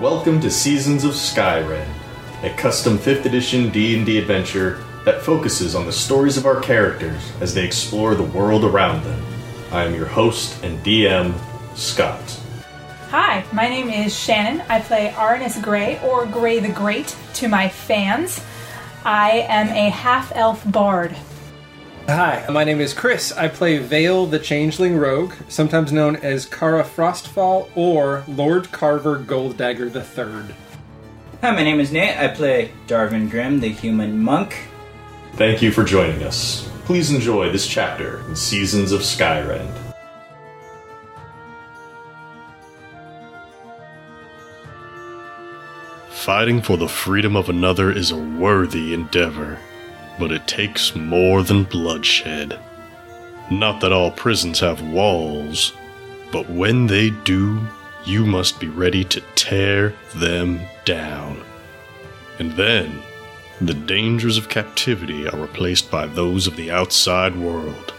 welcome to Seasons of Skyrim, a custom 5th edition D&D adventure that focuses on the stories of our characters as they explore the world around them. I am your host and DM, Scott. Hi, my name is Shannon. I play Arnis Grey, or Grey the Great, to my fans. I am a half elf bard. Hi, my name is Chris. I play Vale the Changeling Rogue, sometimes known as Kara Frostfall or Lord Carver Goldagger III. Hi, my name is Nate. I play Darvin Grimm, the human monk. Thank you for joining us. Please enjoy this chapter in Seasons of Skyrend. Fighting for the freedom of another is a worthy endeavor, but it takes more than bloodshed. Not that all prisons have walls, but when they do, you must be ready to tear them down. And then, the dangers of captivity are replaced by those of the outside world.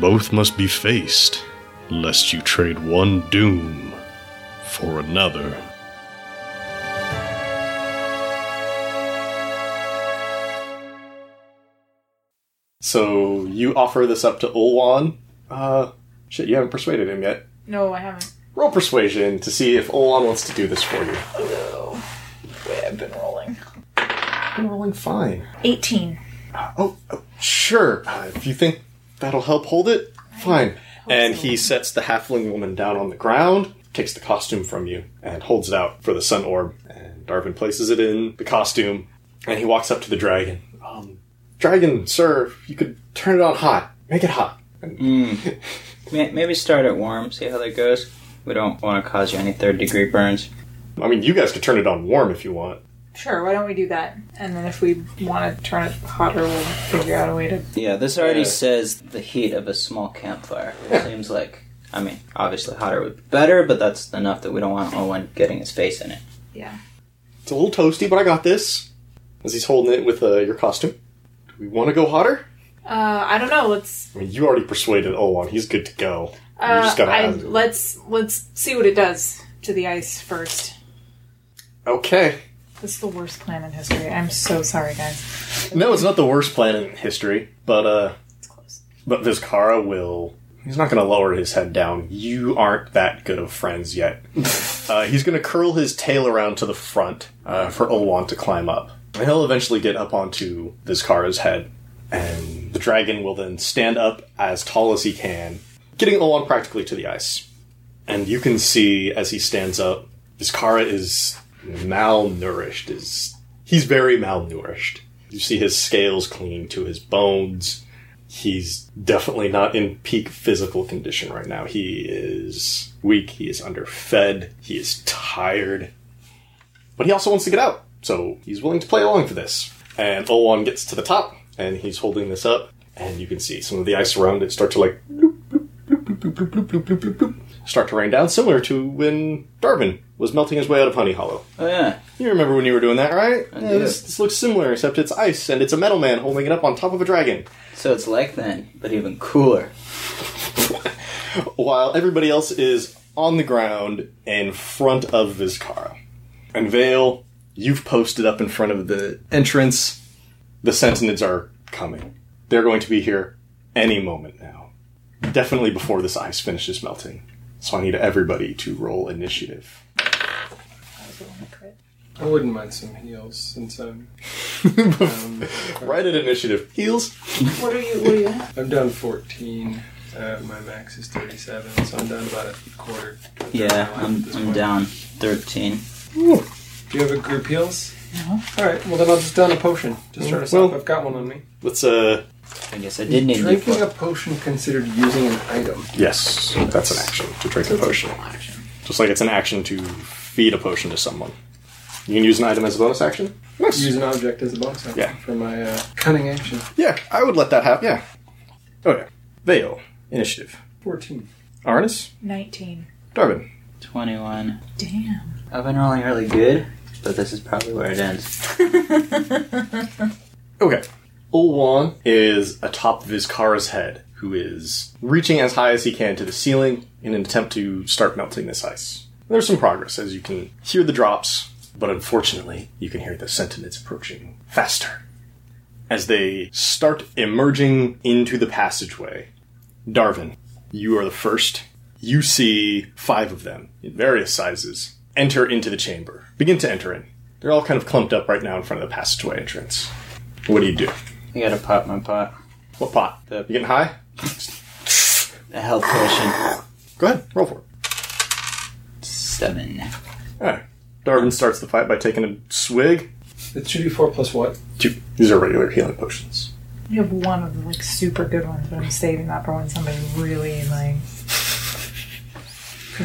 Both must be faced, lest you trade one doom for another. So you offer this up to Ulwan. Uh, shit, you haven't persuaded him yet. No, I haven't. Roll persuasion to see if Ulwan wants to do this for you. I've been rolling. I'm rolling fine. 18. Oh, oh, sure. Uh, if you think that'll help hold it, fine. And he sets the halfling woman down on the ground, takes the costume from you, and holds it out for the sun orb. And Darvin places it in the costume, and he walks up to the dragon. Um, dragon, sir, you could turn it on hot. Make it hot. May- Maybe start it warm, see how that goes. We don't want to cause you any third degree burns. I mean, you guys could turn it on warm if you want. Sure, why don't we do that? And then if we want to turn it hotter, we'll figure out a way to. Yeah, this already Yeah. says the heat of a small campfire. It seems like, I mean, obviously hotter would be better, but that's enough that we don't want Owen getting his face in it. Yeah. It's a little toasty, but I got this. As he's holding it with uh, your costume. Do we want to go hotter? Uh, I don't know. Let's. I mean, you already persuaded Olwan. He's good to go. You Uh, just gotta I, add- let's let's see what it does to the ice first. Okay. This is the worst plan in history. I'm so sorry, guys. No, it's not the worst plan in history, but uh, It's close. but Vizcara will. He's not going to lower his head down. You aren't that good of friends yet. uh, he's going to curl his tail around to the front uh, for Olwan to climb up. And he'll eventually get up onto Vizcara's head, and the dragon will then stand up as tall as he can, getting Olwan practically to the ice. And you can see as he stands up, Vizcara is malnourished. Is he's very malnourished. You see his scales clinging to his bones. He's definitely not in peak physical condition right now. He is weak. He is underfed. He is tired. But he also wants to get out, so he's willing to play along for this. And Olwan gets to the top, and he's holding this up, and you can see some of the ice around it start to like start to rain down, similar to when Darwin was melting his way out of Honey Hollow. Oh, yeah. You remember when you were doing that, right? Yeah, do. this, this looks similar, except it's ice, and it's a metal man holding it up on top of a dragon, So it's like that, but even cooler. while everybody else is on the ground in front of Vizcara. And Vale, you've posted up in front of the entrance. The Sentinels are coming. They're going to be here any moment now. Definitely before this ice finishes melting. So I need everybody to roll initiative. I wouldn't mind some heals since I'm Right at initiative. Heels. What are you? What are you? at? I'm down 14. Uh, my max is 37, so I'm down about a quarter. Yeah, I'm, I'm down 13. Do you have a group heals? No. All right. Well, then I'll just down a potion. Just try to Mm, stop. Well- I've got one on me. Let's uh I guess I did need Drinking a D4. potion considered using an item. Yes. That's an action to drink a potion. Just like it's an action to feed a potion to someone. You can use an item as a bonus action? Use an object as a bonus action Yeah. for my uh, cunning action. Yeah, I would let that happen. Yeah. Oh yeah. Vale. Initiative. 14. Arnis? 19. Darvin. 21. Damn. I've been rolling really good, but this is probably where it ends. Okay. Ulwan is atop Vizcara's head, who is reaching as high as he can to the ceiling in an attempt to start melting this ice. There's some progress as you can hear the drops, but unfortunately, you can hear the sentinels approaching faster. As they start emerging into the passageway, Darwin, you are the first. You see five of them in various sizes enter into the chamber, begin to enter in. They're all kind of clumped up right now in front of the passageway entrance. What do you do? I gotta pop my pot. What pot? The- you getting high? A health potion. Go ahead, roll for it. Seven. Alright. Darwin starts the fight by taking a swig. It should be four plus what? Two. These are regular healing potions. You have one of the like super good ones, but I'm saving that for when somebody really like.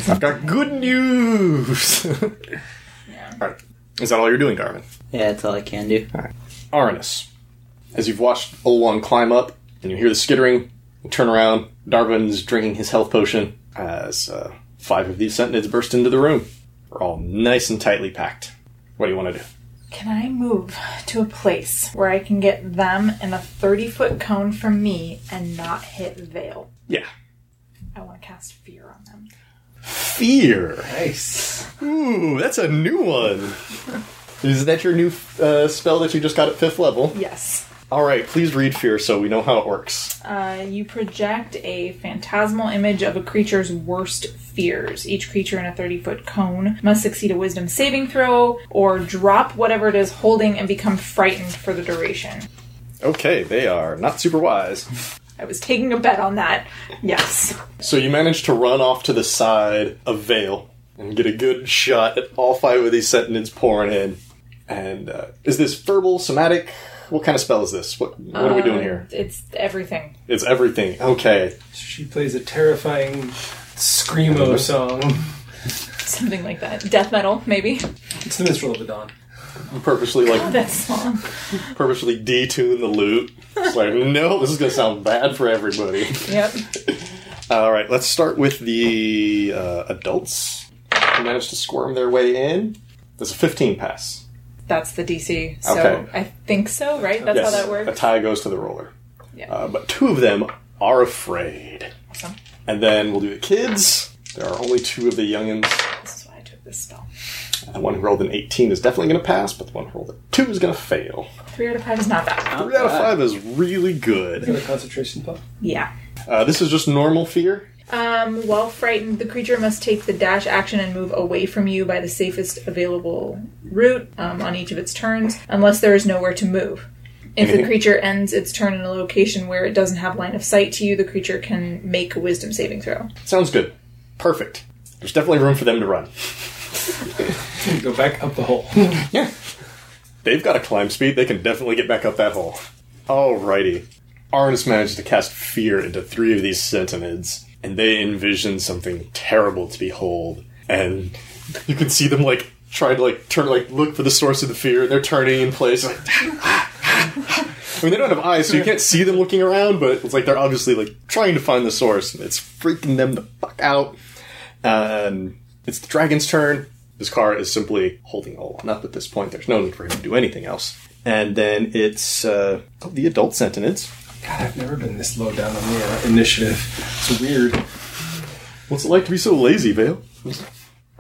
I've got good news! Alright. Is that all you're doing, Darwin? Yeah, that's all I can do. Aranus. As you've watched Olwan climb up and you hear the skittering, you turn around. Darwin's drinking his health potion as uh, five of these sentinids burst into the room. They're all nice and tightly packed. What do you want to do? Can I move to a place where I can get them in a 30 foot cone from me and not hit Veil? Yeah. I want to cast fear on them. Fear. Nice. Ooh, that's a new one. Is that your new uh, spell that you just got at fifth level? Yes. All right, please read fear so we know how it works. Uh, you project a phantasmal image of a creature's worst fears. Each creature in a 30 foot cone must succeed a wisdom saving throw or drop whatever it is holding and become frightened for the duration. Okay, they are not super wise. I was taking a bet on that. Yes. So you manage to run off to the side of Vale and get a good shot at all five of these sentinels pouring in. And uh, is this verbal, somatic? What kind of spell is this? What What are we doing here? It's everything. It's everything. Okay, She plays a terrifying screamo song. Something like that. Death metal, maybe. It's the Minstrel of the Dawn. you purposely like That song. purposely detune the loot. It's like no, this is gonna sound bad for everybody. Yep. All right, let's start with the uh, adults. Who managed to squirm their way in? There's a 15 pass. That's the DC. So Okay. I think so, right? That's how that a works. tie goes to the roller. Yeah. Uh, but two of them are afraid. Awesome. And then we'll do the kids. There are only two of the youngins. This is why I took this spell. The one who rolled an 18 is definitely going to pass, but the one who rolled a 2 is going to fail. Three out of five is not bad. 3 out of 5 is really good. Another concentration puff. Yeah. Uh, this is just normal fear. Um, while frightened, the creature must take the dash action and move away from you by the safest available route um, on each of its turns, unless there is nowhere to move. If the Anything- creature ends its turn in a location where it doesn't have line of sight to you, the creature can make a wisdom saving throw. Sounds good. Perfect. There's definitely room for them to run. Go back up the hole. Yeah. They've got a climb speed. They can definitely get back up that hole. Alrighty. Arnis manages to cast fear into three of these sentinids, and they envision something terrible to behold. And you can see them like try to like turn like look for the source of the fear, and they're turning in place like I mean, they don't have eyes, so you can't see them looking around, but it's like they're obviously like trying to find the source, and it's freaking them the fuck out. And Um, it's the dragon's turn. This car is simply holding all one up at this point. There's no need for him to do anything else. And then it's uh, oh, the adult sentinids. God, I've never been this low down on the uh, initiative. It's weird. What's it like to be so lazy, Vale?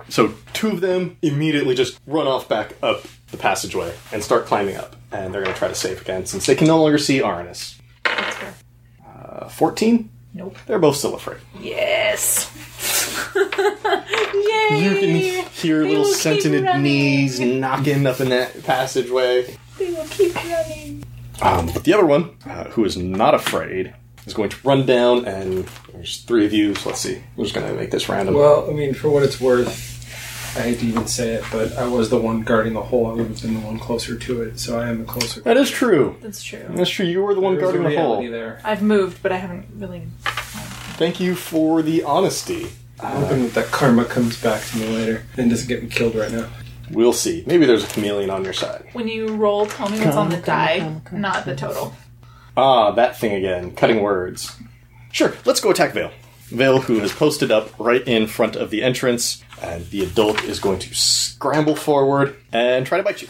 So two of them immediately just run off back up the passageway and start climbing up. And they're going to try to save again since they can no longer see Arnis. That's fair. A 14? Nope. They're both still afraid. Yes. Yay! You can hear They little will keep sentinid running. knees knocking up in that passageway. They will keep running. Um, but the other one, uh, who is not afraid, is going to run down, and there's three of you, so let's see. We're just going to make this random. Well, I mean, for what it's worth, I hate to even say it, but I was the one guarding the hole. I would have been the one closer to it, so I am the closer. that is true. That's true. That's true. You were the one There is a guarding the hole. reality There. I've moved, but I haven't really. Thank you for the honesty. I'm hoping that that karma comes back to me later and doesn't get me killed right now. We'll see. Maybe there's a chameleon on your side. When you roll, tell me what's on the die, not the total. Ah, that thing again. Cutting words. Sure, let's go attack Vale. Vale, who is posted up right in front of the entrance, and the adult is going to scramble forward and try to bite you.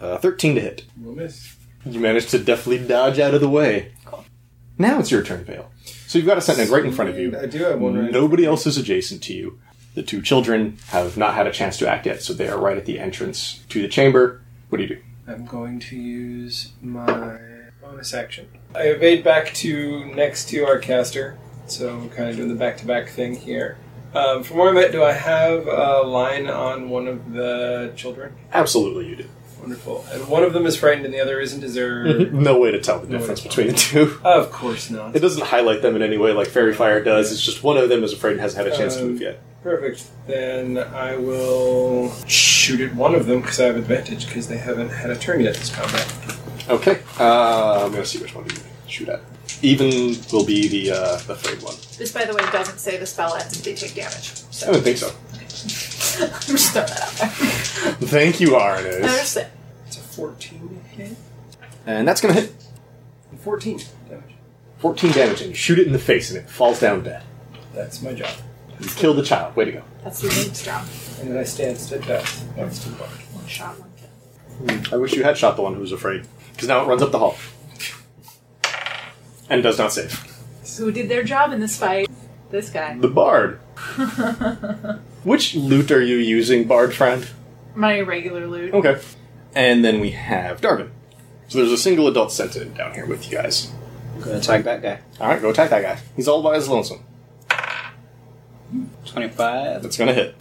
Uh, 13 to hit. We'll miss. You managed to deftly dodge out of the way. Now it's your turn, Vale. So you've got a sentinel right in front of you. I do have one right Nobody else is adjacent to you. The two children have not had a chance to act yet, so they are right at the entrance to the chamber. What do you do? I'm going to use my bonus action. I evade back to next to our caster, so I'm kind of doing the back to back thing here. Um, from where I'm at, do I have a line on one of the children? Absolutely, you do. Wonderful. And one of them is frightened and the other isn't. Is there. No way to tell the No way difference to between the two. Of course not. It doesn't highlight them in any way like Fairy Fire does. It's just one of them is afraid and hasn't had a chance to Um, move yet. Perfect. Then I will shoot at one of them because I have advantage because they haven't had a turn yet this combat. Okay, uh, I'm gonna see which one you shoot at. Even will be the uh, the third one. This, by the way, doesn't say the spell ends if they take damage. I So don't think so. I'm Oh. just throwing that out there. Thank you, Arnis. I understand. It's a 14 hit. And that's gonna hit 14 damage. 14 damage, and you shoot it in the face, and it falls down dead. That's my job. You kill the child. Way to go. That's the name's job. And then I stand steadfast next to the bar. One shot, one kill. I wish you had shot the one who was afraid, because now it runs up the hall and does not save. Who did their job in this fight? This guy. The bard. Which loot are you using, bard friend? My regular loot. Okay. And then we have Darvin. So there's a single adult sentinel down here with you guys. Gonna attack that guy. All right, go attack that guy. He's all by his lonesome. 25. That's gonna hit.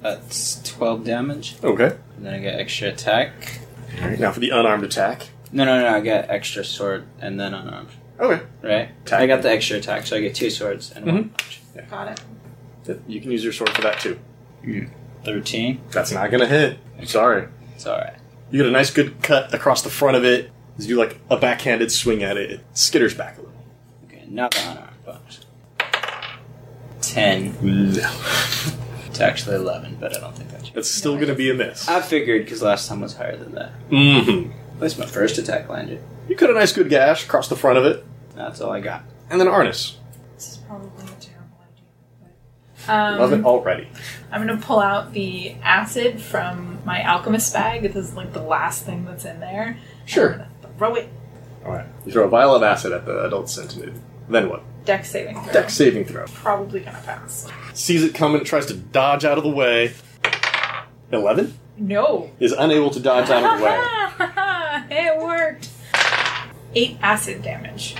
That's 12 damage. Okay. And then I get extra attack. All right. Now for the unarmed attack. No, no, no. I get extra sword and then unarmed. Okay. Right? Attack. I got the extra attack, so I get two swords and one. Got it. Yep, You can use your sword for that too. 13. That's not gonna hit. I'm sorry. It's alright. You get a nice good cut across the front of it. As you do like a backhanded swing at it, it skitters back a little. Okay, now the unarmed bonus. 10. No. It's actually 11, but I don't think that's. That's still gonna be a miss. I figured because last time was higher than that. Mm-hmm. At least my first attack landed. You cut a nice good gash across the front of it. That's all I got. And then Arnis. This is probably a terrible idea. But... Love it Um, already. I'm gonna pull out the acid from my alchemist bag. This is like the last thing that's in there. Sure. And Throw it. Alright. You throw a vial of acid at the adult sentinel. Then what? Deck saving throw. Dex saving throw. Probably gonna pass. Sees it coming, tries to dodge out of the way. Eleven? No. Is unable to dodge out of the way. it worked. Eight acid damage.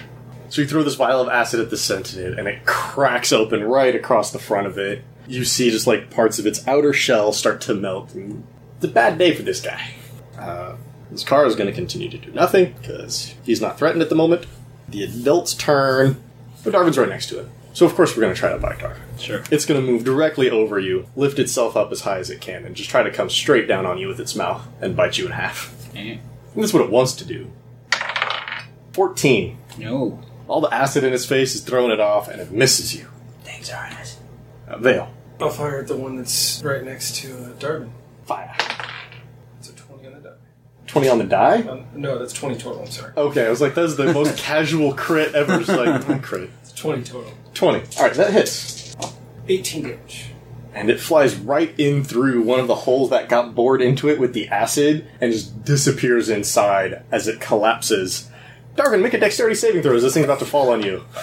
So you throw this vial of acid at the sentinel, and it cracks open right across the front of it. You see just like parts of its outer shell start to melt. And it's a bad day for this guy. Uh, this car is going to continue to do nothing because he's not threatened at the moment. The adult's turn, but Darwin's right next to it. So of course we're going to try to bite Darwin. Sure. It's going to move directly over you, lift itself up as high as it can, and just try to come straight down on you with its mouth and bite you in half. Eh, And that's what it wants to do. Fourteen. No. All the acid in his face is throwing it off, and it misses you. Thanks, Arnis. Uh, Veil. I'll fire at the one that's right next to uh, Darvin. Fire. It's a 20 on the die. 20 on the die? Um, no, that's 20 total, I'm sorry. Okay, I was like, that's the most casual crit ever. Just like, "Mm, crit. It's 20 total. 20. Alright, that hits. 18 damage. And it flies right in through one of the holes that got bored into it with the acid and just disappears inside as it collapses. Darwin, make a dexterity saving throw as this thing's about to fall on you.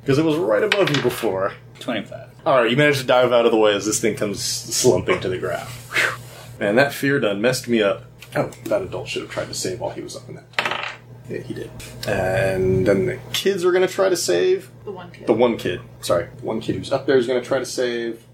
Because it was right above you before. 25. Alright, you manage to dive out of the way as this thing comes slumping to the ground. Whew. Man, that fear done messed me up. Oh, that adult should have tried to save while he was up in that. Yeah, he did. And then the kids are going to try to save. The one kill. The one kid, sorry, the one kid who's up there is going to try to save.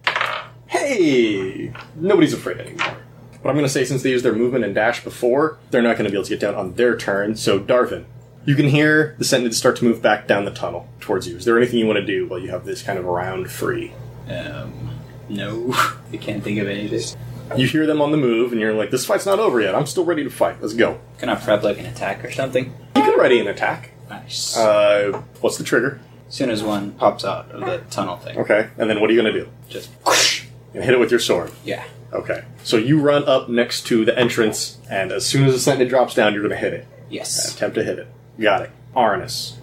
Hey! Nobody's afraid anymore. But I'm going to say since they used their movement and dash before, they're not going to be able to get down on their turn, so Darvin. You can hear the sentinels start to move back down the tunnel towards you. Is there anything you want to do while you have this kind of round free? Um, no. I can't think of anything. You hear them on the move, and you're like, this fight's not over yet. I'm still ready to fight. Let's go. Can I prep like an attack or something? You can ready an attack. Nice. Uh, what's the trigger? as soon as one pops out of the tunnel thing, Okay. And then what are you going to do? just. And hit it with your sword. Yeah. Okay. So you run up next to the entrance, and as soon as the sentinel drops down, you're going to hit it. Yes. Attempt to hit it. Got it. Arnis.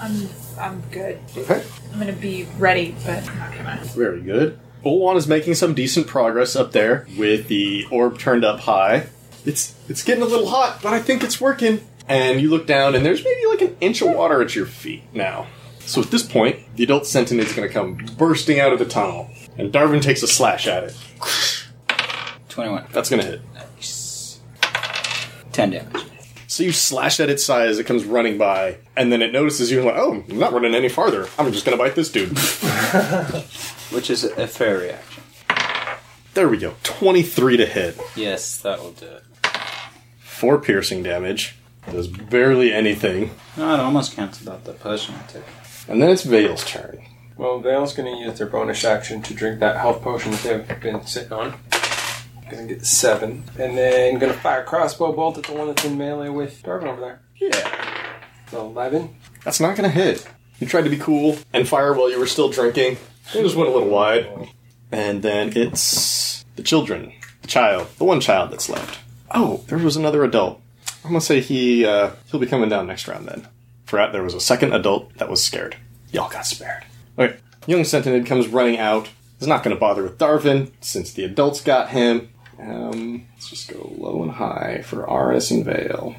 I'm I'm good. Okay. I'm gonna be ready, but I'm not gonna. Very good. Ulwan is making some decent progress up there with the orb turned up high. It's it's getting a little hot, but I think it's working. And you look down, and there's maybe like an inch of water at your feet now. So at this point, the adult sentinel is going to come bursting out of the tunnel, and Darwin takes a slash at it. 21. That's going to hit. Nice. 10 damage. So you slash at its side as it comes running by, and then it notices you and like, oh, I'm not running any farther. I'm just going to bite this dude. Which is a fair reaction. there we go. 23 to hit. Yes, that will do it. Four piercing damage. Does barely anything. No, it almost cancels out the potion I took. And then it's Vale's turn. Well, Vale's going to use their bonus action to drink that health potion that they've been sitting on. Gonna get seven, and then gonna fire a crossbow bolt at the one that's in melee with Darvin over there. Yeah. It's Eleven. That's not going to hit. You tried to be cool and fire while you were still drinking. It just went a little wide. And then it's the children. The child. The one child that's left. Oh, there was another adult. I'm going to say he, uh, he'll be coming down next round then. Forgot there was a second adult that was scared. Y'all got spared. Okay. Young Sentinel comes running out. He's not going to bother with Darvin since the adults got him. Um, let's just go low and high for Aris and Vale.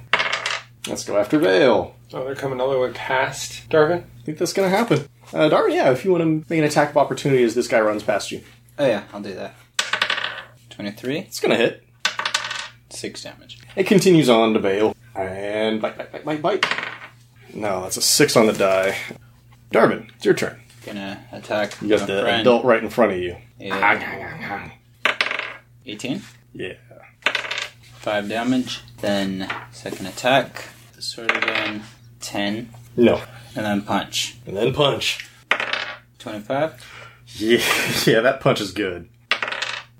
Let's go after Vale. Oh, they're coming all the way past Darvin. think that's going to happen. Uh, Darwin, yeah, if you want to make an attack of opportunity as this guy runs past you, Oh, yeah, I'll do that. 23. it's going to hit. 6 damage. It continues on to bail. And bite, bite, bite, bite, bite. No, that's a six on the die. Darvin, it's your turn. Gonna attack. You got my the friend. adult right in front of you. Yeah. 18. Yeah. 5 damage. Then, second attack. The sword again. 10. No. And then punch. And then punch. 25. Yeah, yeah, that punch is good.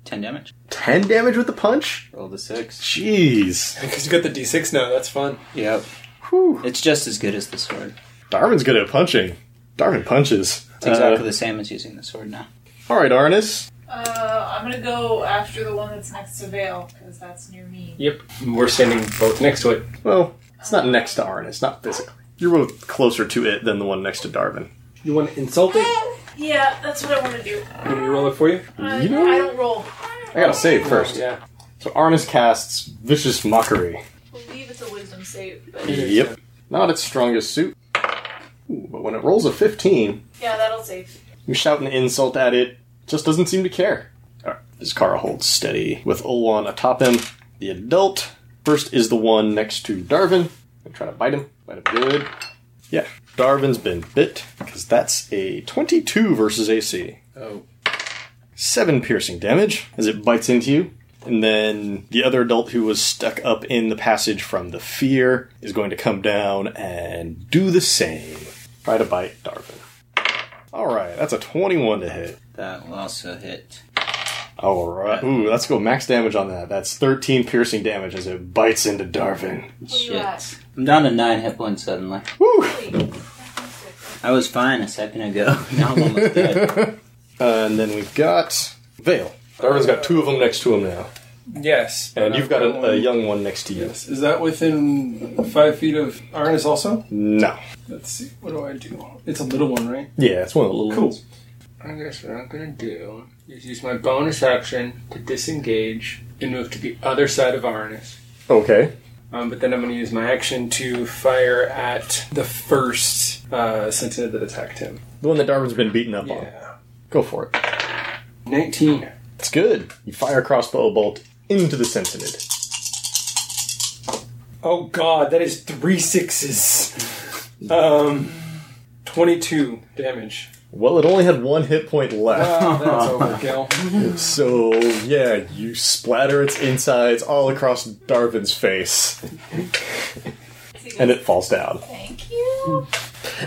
10 damage. 10 damage with the punch? Roll the 6. Jeez. Because you got the D6 now. That's fun. Yep. Whew. It's just as good as the sword. Darwin's good at punching. Darwin punches. It's exactly Uh, the same as using the sword now. all right, Arnis. Uh, I'm gonna go after the one that's next to Vale because that's near me. Yep. We're standing both next to it. Well, it's not next to Arnis, not physically. You're both closer to it than the one next to Darwin. You want to insult it? Yeah, that's what I want to do. Can we roll it for you? I, You know- I don't roll. I gotta save first. Yeah. So Arnis casts Vicious Mockery. I believe it's a wisdom save, but Yep. Not its strongest suit. Ooh, but when it rolls a 15, yeah, that'll save. you shout an insult at it. It Just doesn't seem to care. Alright, Kara holds steady with Olan atop him. The adult. First is the one next to Darvin. I try to bite him. Bite him good. Yeah, Darvin's been bit because that's a 22 versus AC. Oh. seven piercing damage as it bites into you. And then the other adult who was stuck up in the passage from the fear is going to come down and do the same. Try to bite Darvin. All right, that's a 21 to hit. That will also hit. All right. Ooh, let's go max damage on that. That's 13 piercing damage as it bites into Darvin. you at? Shit. I'm down to 9 hit points suddenly. Woo! I was fine a second ago. now I'm almost dead. and then we've got Vale. Darvin's got two of them next to him now. Yes. And you've got a, a young one next to you. Yes. Is that within five feet of Arnis also? No. Let's see. What do I do? It's a little one, right? Yeah, it's one of the little Cool. ones. I guess what I'm gonna do is use my bonus action to disengage and move to the other side of Arnis. Okay. Um, but then I'm gonna use my action to fire at the first uh, sentinel that attacked him. The one that Darwin's been beaten up on. Go for it. 19. It's good. You fire a crossbow bolt into the Sentinid. Oh god, that is three sixes. Um, 22 damage. Well, it only had one hit point left. Wow, that's overkill. So, yeah, you splatter its insides all across Darwin's face, and it falls down. Thank you.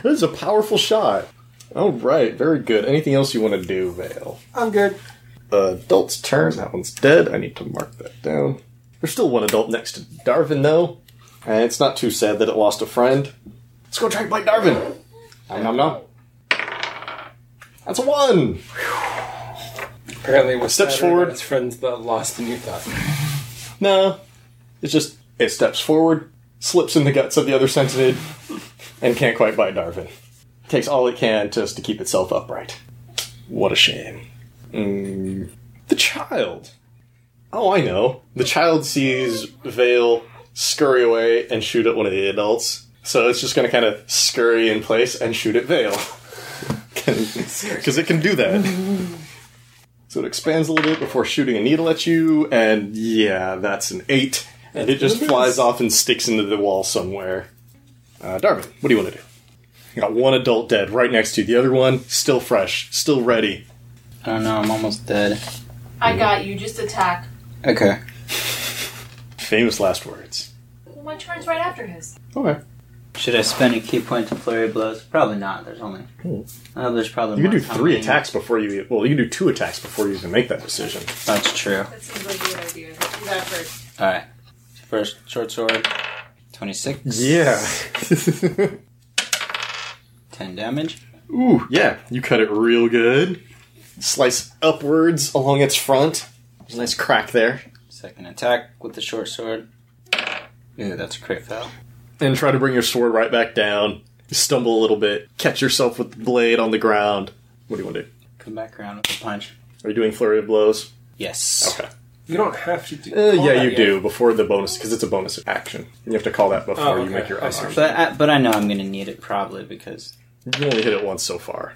That is a powerful shot. All right, very good. Anything else you want to do, Vale? I'm good. Uh, adult's turn. That one's dead. I need to mark that down. There's still one adult next to Darwin, though, and it's not too sad that it lost a friend. Let's go try to bite Darwin. Nom nom nom. That's a one. Apparently, it was Steps sadder than forward. Its friends that lost than you thought. No. It's just it steps forward, slips in the guts of the other sentinid, and can't quite bite Darvin. Takes all it can just to keep itself upright. What a shame. Mm, the child. Oh, I know. The child sees Vale scurry away and shoot at one of the adults. So it's just going to kind of scurry in place and shoot at Vale. Because it can do that. So it expands a little bit before shooting a needle at you, and yeah, that's an 8. And it just flies off and sticks into the wall somewhere. Uh, Darwin, what do you want to do? You got one adult dead right next to you, the other one still fresh, still ready. I don't know. Oh, I'm almost dead. I got you. Just attack. Okay. Famous last words. Well, my turn's right after his. Okay. Should I spend a key point to flurry of blows? Probably not. There's only. Oh, there's probably. You can do more three coming. attacks before you. Well, you can do two attacks before you even make that decision. That's true. That seems like a good idea. Let's do that first. All right. First short sword. Twenty-six. Yeah. Ten damage. Ooh, yeah. You cut it real good. Slice upwards along its front. There's a nice crack there. Second attack with the short sword. Yeah, that's a crit fail. And try to bring your sword right back down. You stumble a little bit. Catch yourself with the blade on the ground. What do you want to do? Come back around with a punch. Are you doing flurry of blows? Yes. Okay. You don't have to do. Uh, call yeah, that you yet. do before the bonus because it's a bonus action. You have to call that before Oh, you okay. make your I unarmed. see. But I, but I know I'm gonna need it probably because You only hit it once so far.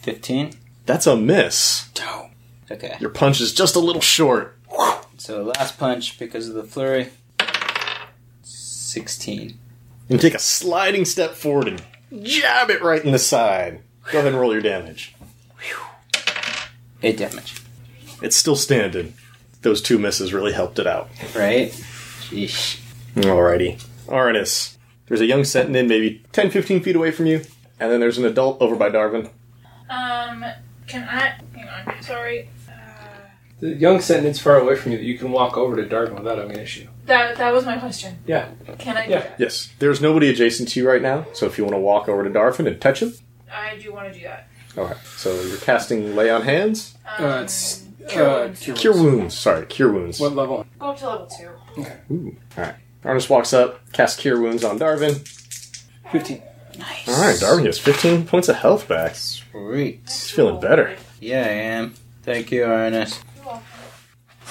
fifteen. That's a miss. No. Okay. Your punch is just a little short. So last punch because of the flurry. Sixteen. and take a sliding step forward and jab it right in the side. Go ahead and roll your damage. Eight damage. It's still standing. Those two misses really helped it out. Right. Sheesh. Alrighty. Arnis. There's a young sentinel maybe 10, 15 feet away from you, and then there's an adult over by Darwin. Um, can I? Hang on. Sorry. Uh, The young sentinel's far away from you that you can walk over to Darwin without having an issue. That that was my question. Yeah. Can I? do Yeah. that? Yes. There's nobody adjacent to you right now, so if you want to walk over to Darwin and touch him. I do want to do that. Okay. So you're casting Lay on Hands. Um, Uh, it's Cure uh, wounds. Cure Wounds. Sorry, Cure Wounds. What level? go up to level two. Arnis walks up, casts Cure Wounds on Darwin. Fifteen. Alright, Darwin has 15 points of health back. Sweet. He's feeling better. Yeah, I am. Thank you, Ernest.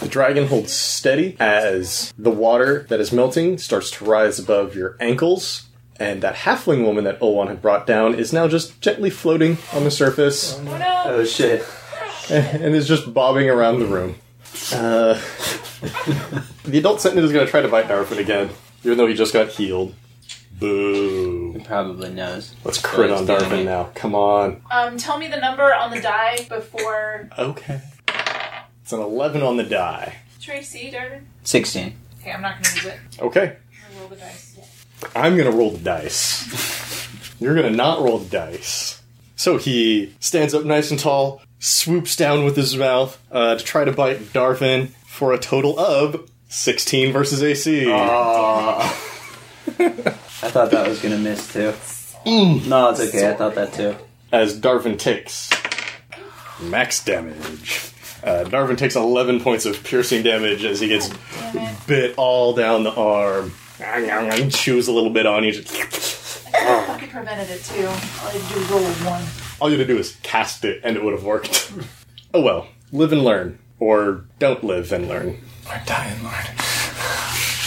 The dragon holds steady as the water that is melting starts to rise above your ankles, and that halfling woman that Olwan had brought down is now just gently floating on the surface Oh no! Oh shit. and is just bobbing around the room. Uh, the adult sentinel is going to try to bite Darwin again, even though he just got healed. Boo. Probably knows. Let's crit on Darwin now. Come on. Um, tell me the number on the die before Okay. It's an 11 on the die. Tracy, Darvin. Sixteen. Okay, I'm not gonna use it. Okay. I'm gonna roll the dice. I'm gonna roll the dice. You're gonna not roll the dice. So he stands up nice and tall, swoops down with his mouth uh, to try to bite Darvin for a total of 16 versus AC. Uh, I thought that was gonna miss too. Mm. No, it's okay. I thought that too. As Darvin takes max damage. Uh, Darvin takes 11 points of piercing damage as he gets bit all down the arm. Chews a little bit on you. Ah. I could prevented it too. All I had to do was roll a one. All you had to do is cast it, and it would have worked. oh well, live and learn, or don't live and learn. I'm dying, Lord.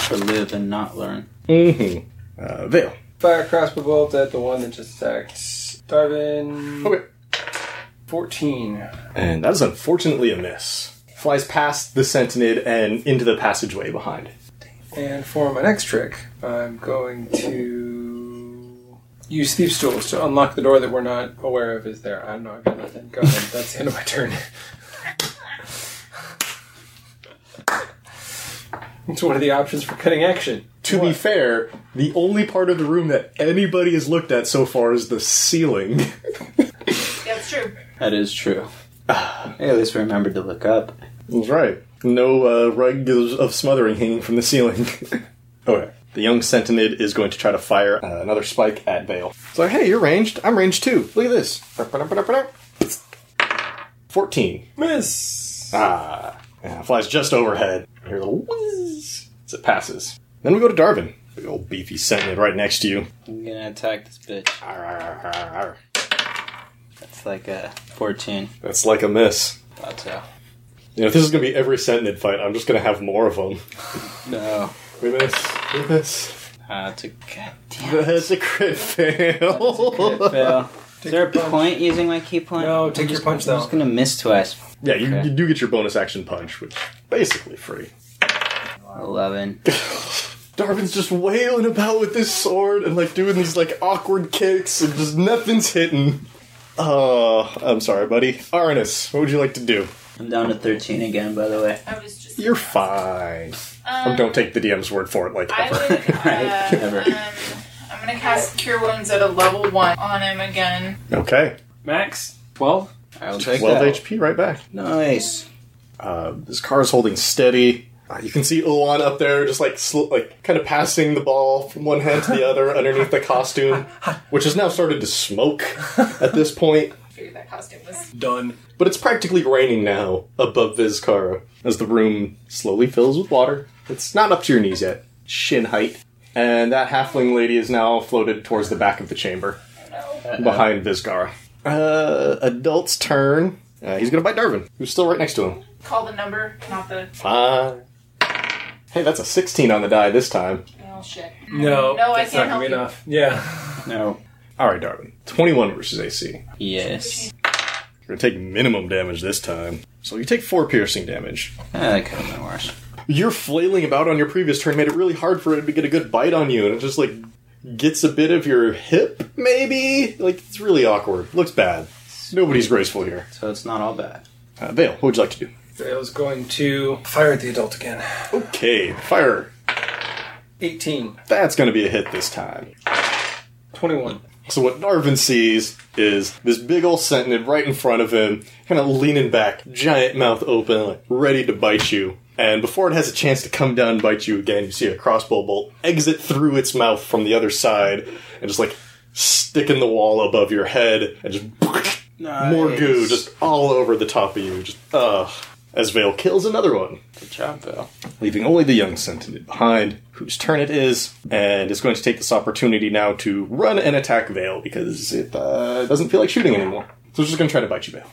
To live and not learn. Mm-hmm. Uh, Vale. Fire a crossbow bolt at the one that just attacked Darwin. Okay. Fourteen. And that is unfortunately a miss. Flies past the sentinid and into the passageway behind. And for my next trick, I'm going to use thieves' tools to unlock the door that we're not aware of is there. I'm not gonna nothing. Go ahead. That's the end of my turn. It's one of the options for cutting action. To be fair, the only part of the room that anybody has looked at so far is the ceiling. Yeah, it's true. That is true. Hey, at least remember to look up. That's right. No uh, rug of of smothering hanging from the ceiling. okay. The young sentinid is going to try to fire uh, another spike at Vale. It's like, hey, you're ranged. I'm ranged too. Look at this. 14. Miss. Ah. Yeah, it flies just overhead. I hear a little whizz as it passes. Then we go to Darvin. Big old beefy sentinid right next to you. I'm gonna attack this bitch. Arr, arr, arr, arr. That's like a fourteen. That's like a miss. Thought so. You know, if this is going to be every sentinid fight, I'm just going to have more of them. No. We miss. We miss. Uh, to god damn it. That's a crit fail. Fail. Is Take there your a punch. point using my key point? No, I'm take your just- punch, I'm though. just gonna miss twice. yeah, you, Okay. you do get your bonus action punch, which basically free. Eleven. Darwin's just wailing about with this sword and like doing these like awkward kicks and just nothing's hitting. Oh, I'm sorry, buddy. Arnis, what would you like to do? I'm down to thirteen again. By the way, I was just. You're fine. Um, Um, don't take the DM's word for it like I ever. would. Right, Uh, never. um, I'm gonna cast Cure Wounds at a level one on him again. Okay. Max, 12. I'll take 12 that. HP right back. Nice. Uh, this car is holding steady. Uh, you can see Ulan up there, just like sl- like kind of passing the ball from one hand to the other underneath the costume, which has now started to smoke at this point. I figured that costume was. Done. But it's practically raining now above Vizcara as the room slowly fills with water. It's not up to your knees yet, shin height. And that halfling lady is now floated towards the back of the chamber behind Vizcara. Uh, adult's turn. Uh, he's gonna bite Darwin, who's still right next to him. Call the number, not the. Fine. Hey, that's a 16 on the die this time. Oh shit. No, No, I that's can't not gonna be help enough. Yeah. No. All right, Darwin. 21 versus AC. You're Yes. gonna take minimum damage this time. So you take four piercing damage. Ah, that could have been worse. Your flailing about on your previous turn made it really hard for it to get a good bite on you, and it just like gets a bit of your hip, maybe. Like it's really awkward. Looks bad. Nobody's graceful here. So it's not all bad. Uh, Vale, what would you like to do? I was going to fire at the adult again. Okay, fire. 18. That's gonna be a hit this time. 21. So what Narvin sees is this big old sentinel right in front of him, kind of leaning back, giant mouth open, like ready to bite you. And before it has a chance to come down and bite you again, you see a crossbow bolt exit through its mouth from the other side and just like stick in the wall above your head and just more goo just all over the top of you. Just ugh. As Vale kills another one Good job, Bill. leaving only the young sentinel behind, whose turn it is, and is going to take this opportunity now to run and attack Vale because it uh, doesn't feel like shooting anymore. So it's just going to try to bite you, Vale.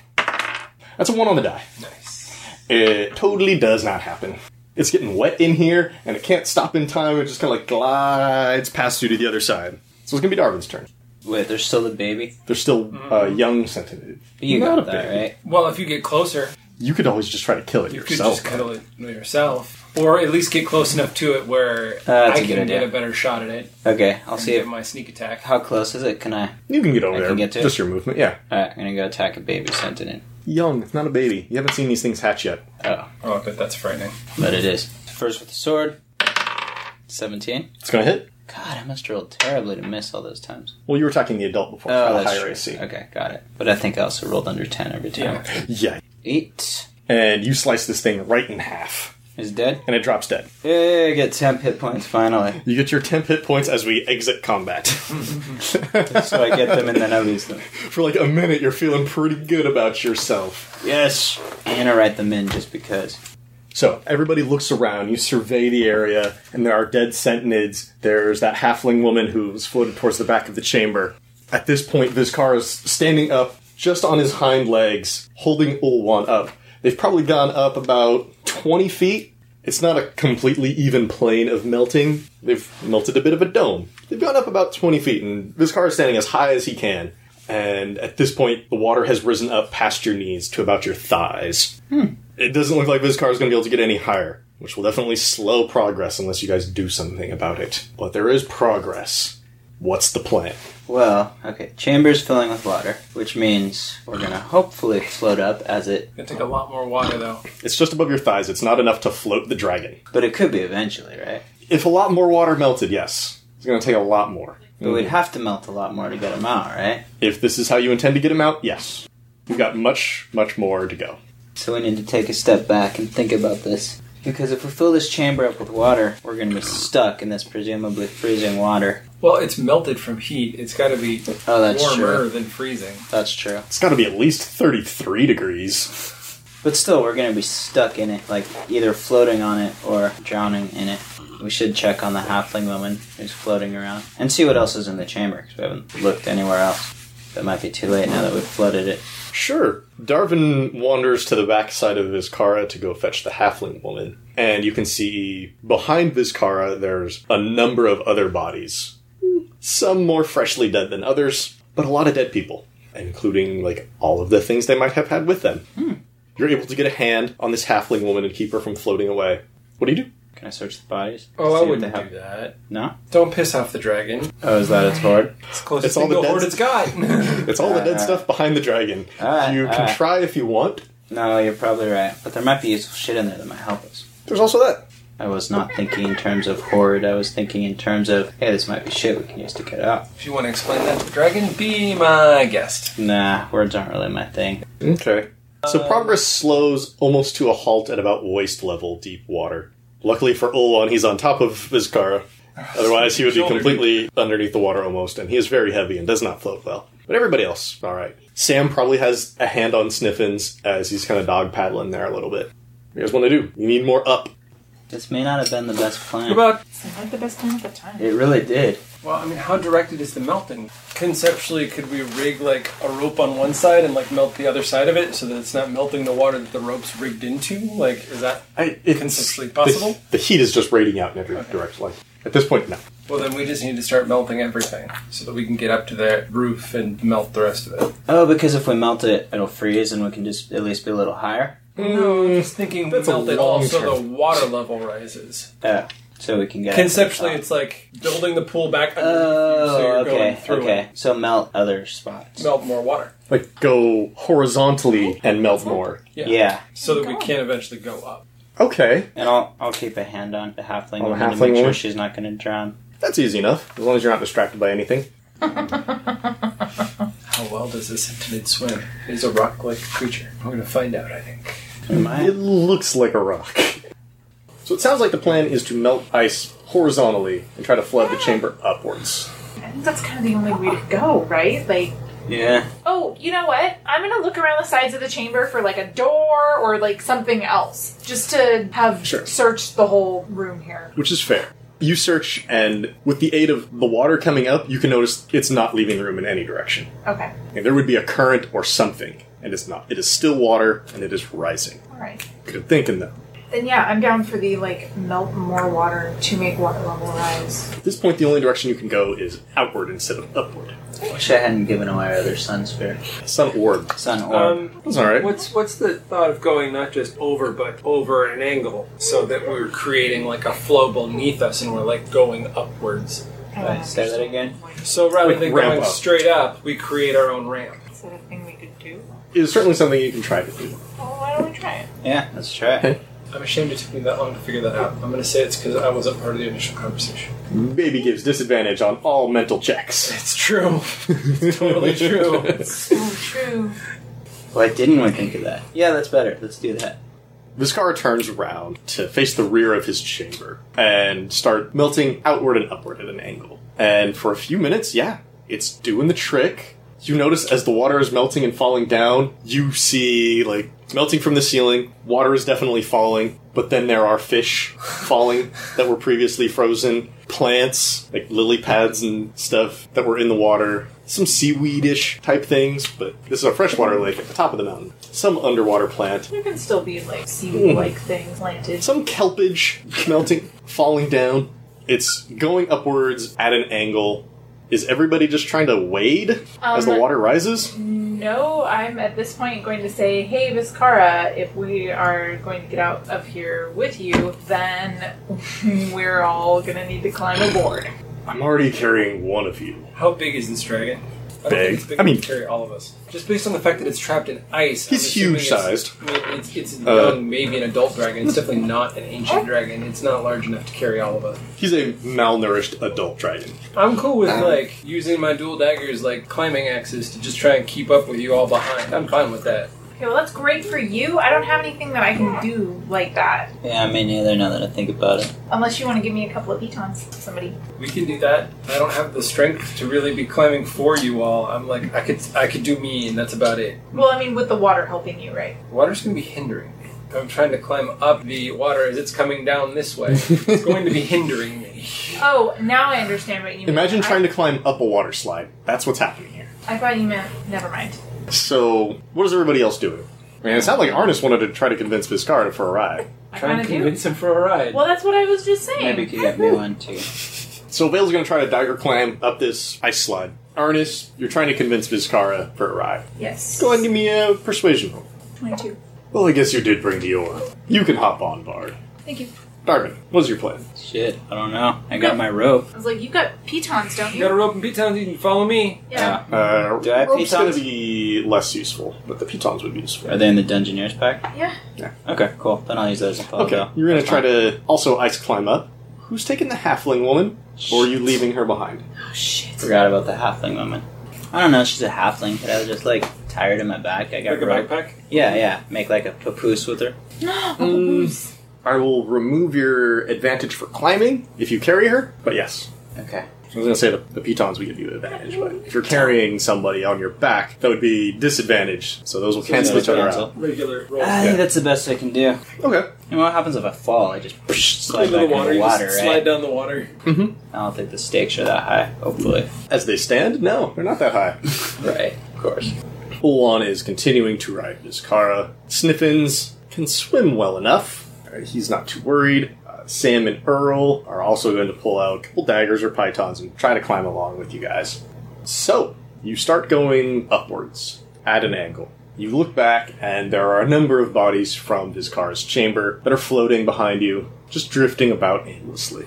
That's a one on the die. Nice. It totally does not happen. It's getting wet in here, and it can't stop in time. It just kind of like glides past you to the other side. So it's going to be Darwin's turn. Wait, there's still the baby. They're still uh, young sentinel. But Mm-hmm. you Not got a that baby. right. Well, if you get closer, You could always just try to kill it you could yourself. just cuddle it yourself. Or at least get close enough to it where Uh, that's I a good can get idea. a better shot at it. Okay, I'll see Give if my sneak attack. how close is it. Can I? you can get over I there. can get to it. just your movement. Yeah, Alright, I'm gonna go attack a baby sentinel. young, not a baby. You haven't seen these things hatch yet. Oh, Oh, I bet that's frightening. but it is first with the sword. Seventeen. It's going to hit. God, I must have rolled terribly to miss all those times. Well, you were attacking the adult before. so Oh, the that's higher true. AC. Okay, got it. But I think I also rolled under ten every time. Yeah. Eight And you slice this thing right in half, is dead. and it drops dead. Yay, I get ten hit points finally. You get your temp hit points as we exit combat. so So I get them and then I lose them. For like a minute, you're feeling pretty good about yourself. Yes. I'm gonna write them in just because. So everybody looks around, you survey the area, and there are dead sentinids. There's that halfling woman who's floated towards the back of the chamber. At this point, Vizcar is standing up just on his hind legs, holding Ulwan up. They've probably gone up about 20 feet. It's not a completely even plane of melting. They've melted a bit of a dome. They've gone up about 20 feet, and Vizcar is standing as high as he can. And at this point, the water has risen up past your knees to about your thighs. It doesn't look like Vizcar is going to be able to get any higher, which will definitely slow progress unless you guys do something about it. But there is progress. What's the plan? Well, okay. Chamber's filling with water, which means we're gonna hopefully float up as it, Gonna take a lot more water though. It's just above your thighs. It's not enough to float the dragon. but it could be eventually, right? If a lot more water melted, yes. It's going to take a lot more. But Mm. we'd have to melt a lot more to get them out, right? If this is how you intend to get him out, yes. We've got much, much more to go. So we need to take a step back and think about this. Because if we fill this chamber up with water, we're gonna be stuck in this presumably freezing water. Well, it's melted from heat. It's got to be Oh, that's warmer true. than freezing. That's true. It's got to be at least 33 degrees. But still, we're gonna be stuck in it, like either floating on it or drowning in it. We should check on the halfling woman who's floating around and see what else is in the chamber because we haven't looked anywhere else. That might be too late now that we've flooded it. Sure. Darvin wanders to the backside of Vizcara to go fetch the halfling woman, and you can see behind Vizcara there's a number of other bodies. Some more freshly dead than others, but a lot of dead people, including like all of the things they might have had with them. You're able to get a hand on this halfling woman and keep her from floating away. What do you do? Can I search the bodies? See Oh, I what wouldn't they do have? that. No. Don't piss off the dragon. Oh, is that its horde? It's close It's to all the the dead- horde it's got. It's all the dead Uh, stuff behind the dragon. alright, you can alright. try if you want. No, you're probably right. But there might be useful shit in there that might help us. There's also that. I was not thinking in terms of horde. I was thinking in terms of hey, this might be shit we can use to get out. if you want to explain that to the dragon, be my guest. Nah, words aren't really my thing. Okay. Um, So progress slows almost to a halt at about waist level deep water. Luckily for Ulwan, he's on top of Vizcara. Otherwise, he would be Shoulder. completely underneath the water almost, and he is very heavy and does not float well. But everybody else, all right. Sam probably has a hand on Sniffins as he's kind of dog paddling there a little bit. You guys want to do? You need more up. This may not have been the best plan. What about? Seemed like the best plan at the time. It really did. Well, I mean, how directed is the melting? Conceptually, could we rig like a rope on one side and like melt the other side of it so that it's not melting the water that the rope's rigged into? Like, is that? I, it's Conceptually possible? The, the heat is just radiating out in every direction. Like at this point, no. Well, then we just need to start melting everything so that we can get up to that roof and melt the rest of it. Oh, because if we melt it, it'll freeze, and we can just at least be a little higher. No, I'm just thinking That's a melt it all long so the term. water level rises. Oh, so we can get Conceptually, up to it's like building the pool back the top. underneath you so you're oh, going okay, through okay. So melt other spots. it. Melt more water. Like go horizontally and melt more. Yeah. Yeah, So that we can eventually go up. Okay, and I'll I'll keep a hand on the halfling On the woman to halfling make woman? sure she's not going to drown. that's easy enough as long as you're not distracted by anything. How well does this sentient swim? It is a rock like creature. We're going to find out, I think. We might. It looks like a rock. So it sounds like the plan is to melt ice horizontally and try to flood the chamber upwards. I think that's kind of the only way to go, right? Like, Yeah. oh, you know what? I'm gonna look around the sides of the chamber for like a door or like something else, just to have Sure. searched the whole room here. Which is fair. You search, and with the aid of the water coming up, you can notice it's not leaving room in any direction. Okay, And there would be a current or something, and it's not. It is still water, and it is rising. all right. Good thinking, though. Then yeah, I'm down for the like melt more water to make water level rise. At this point, the only direction you can go is outward instead of upward. Wish I hadn't given away our other sun sphere. Sun orb. Sun orb. Um, That's all right. what's what's the thought of going not just over, but over an angle so that we're creating like a flow beneath us and we're like going upwards? I Right, say that again. So rather Like than ramp going up. straight up, we create our own ramp. Is that a thing we could do? It is certainly something you can try to do. Well, why don't we try it? Yeah, let's try it. I'm ashamed it took me that long to figure that out. I'm going to say it's because I wasn't part of the initial conversation. Baby gives disadvantage on all mental checks. It's true. totally true. Oh, true. Why didn't we think of that? Yeah, that's better. Let's do that. Viscara turns around to face the rear of his chamber and start melting outward and upward at an angle. And for a few minutes, yeah, it's doing the trick. You notice as the water is melting and falling down, you see like it's melting from the ceiling, water is definitely falling, but then there are fish falling that were previously frozen, plants, like lily pads and stuff that were in the water, some seaweedish type things, but this is a freshwater lake at the top of the mountain. Some underwater plant There can still be like Hmm. seaweed-like things planted. some kelpage melting, falling down. It's going upwards at an angle. Is everybody just trying to wade as the Um, water rises? No, I'm at this point going to say, hey, Viscara, if we are going to get out of here with you, then we're all going to need to climb aboard. I'm already carrying one of you. How big is this dragon? I don't Big. think it's big I mean- enough to carry all of us. Just based on the fact that it's trapped in ice. I'm He's assuming huge it's- sized. I mean, it's, it's Uh, young, maybe an adult dragon. It's definitely not an ancient dragon. It's not large enough to carry all of us. He's a malnourished adult dragon. I'm cool with like using my dual daggers, like climbing axes, to just try and keep up with you all behind. I'm fine with that. Okay, well, that's great for you. I don't have anything that I can do like that. Yeah, I mean, neither now that I think about it. Unless you want to give me a couple of pitons, somebody. We can do that. I don't have the strength to really be climbing for you all. I'm like I could I could do me, and that's about it. Well, I mean, with the water helping you, right? Water's gonna be hindering. I'm trying to climb up the water as it's coming down this way. it's going to be hindering me. Oh, now I understand what you mean. Imagine trying to climb up a water slide. That's what's happening here. I, I thought you meant. Never mind. So, what is everybody else doing? I mean, it sounded like Arnis wanted to try to convince Viscara for a ride. I Trying kind to of do. convince him for a ride. Well, that's what I was just saying. Maybe you could get me one too. So Vale's going to try to dagger climb up this ice slide. Arnis, you're trying to convince Vizcara for a ride. Yes. Go ahead and give me a persuasion roll. Twenty-two. Well, I guess you did bring the orb. You can hop on, Bard. Thank you. Darvin, what's your plan? Shit, I don't know. I got my rope. I was like, you got pitons, don't you you? got a rope and pitons, you can follow me. yeah. Uh, Uh, Do I have rope's pitons? going to be less useful, but the pitons would be useful. are they in the Dungeoneers pack? Yeah. Okay, cool. Then I'll use those. And follow Okay, Val. you're going to That's try fine. to also ice climb up. Who's taking the halfling woman, or are you leaving her behind? Oh shit. Forgot about the halfling woman. I don't know. She's a halfling, but I was just like tired in my back. I got Like a rope. backpack. Yeah, yeah. Make like a papoose with her. Oh, Oops. Mm, I will remove your advantage for climbing if you carry her, but yes, Okay. I was gonna say the, the pitons would give you advantage, but if you're carrying somebody on your back, that would be disadvantage. So those will So cancel those each other cancel. out. Regular rope. Uh, I think that's the best I can do. Okay. You know what happens if I fall? I just slide Into back the in water, the you water, just right? slide down the water. I don't think the stakes are that high. Hopefully, As they stand, no, they're not that high. right? Of course. Ulon is continuing to ride Vizcara. Sniffins can swim well enough. Uh, He's not too worried. Uh, Sam and Earl are also going to pull out a couple daggers or pythons and try to climb along with you guys. So, you start going upwards at an angle. You look back, and there are a number of bodies from Vizcara's chamber that are floating behind you, just drifting about aimlessly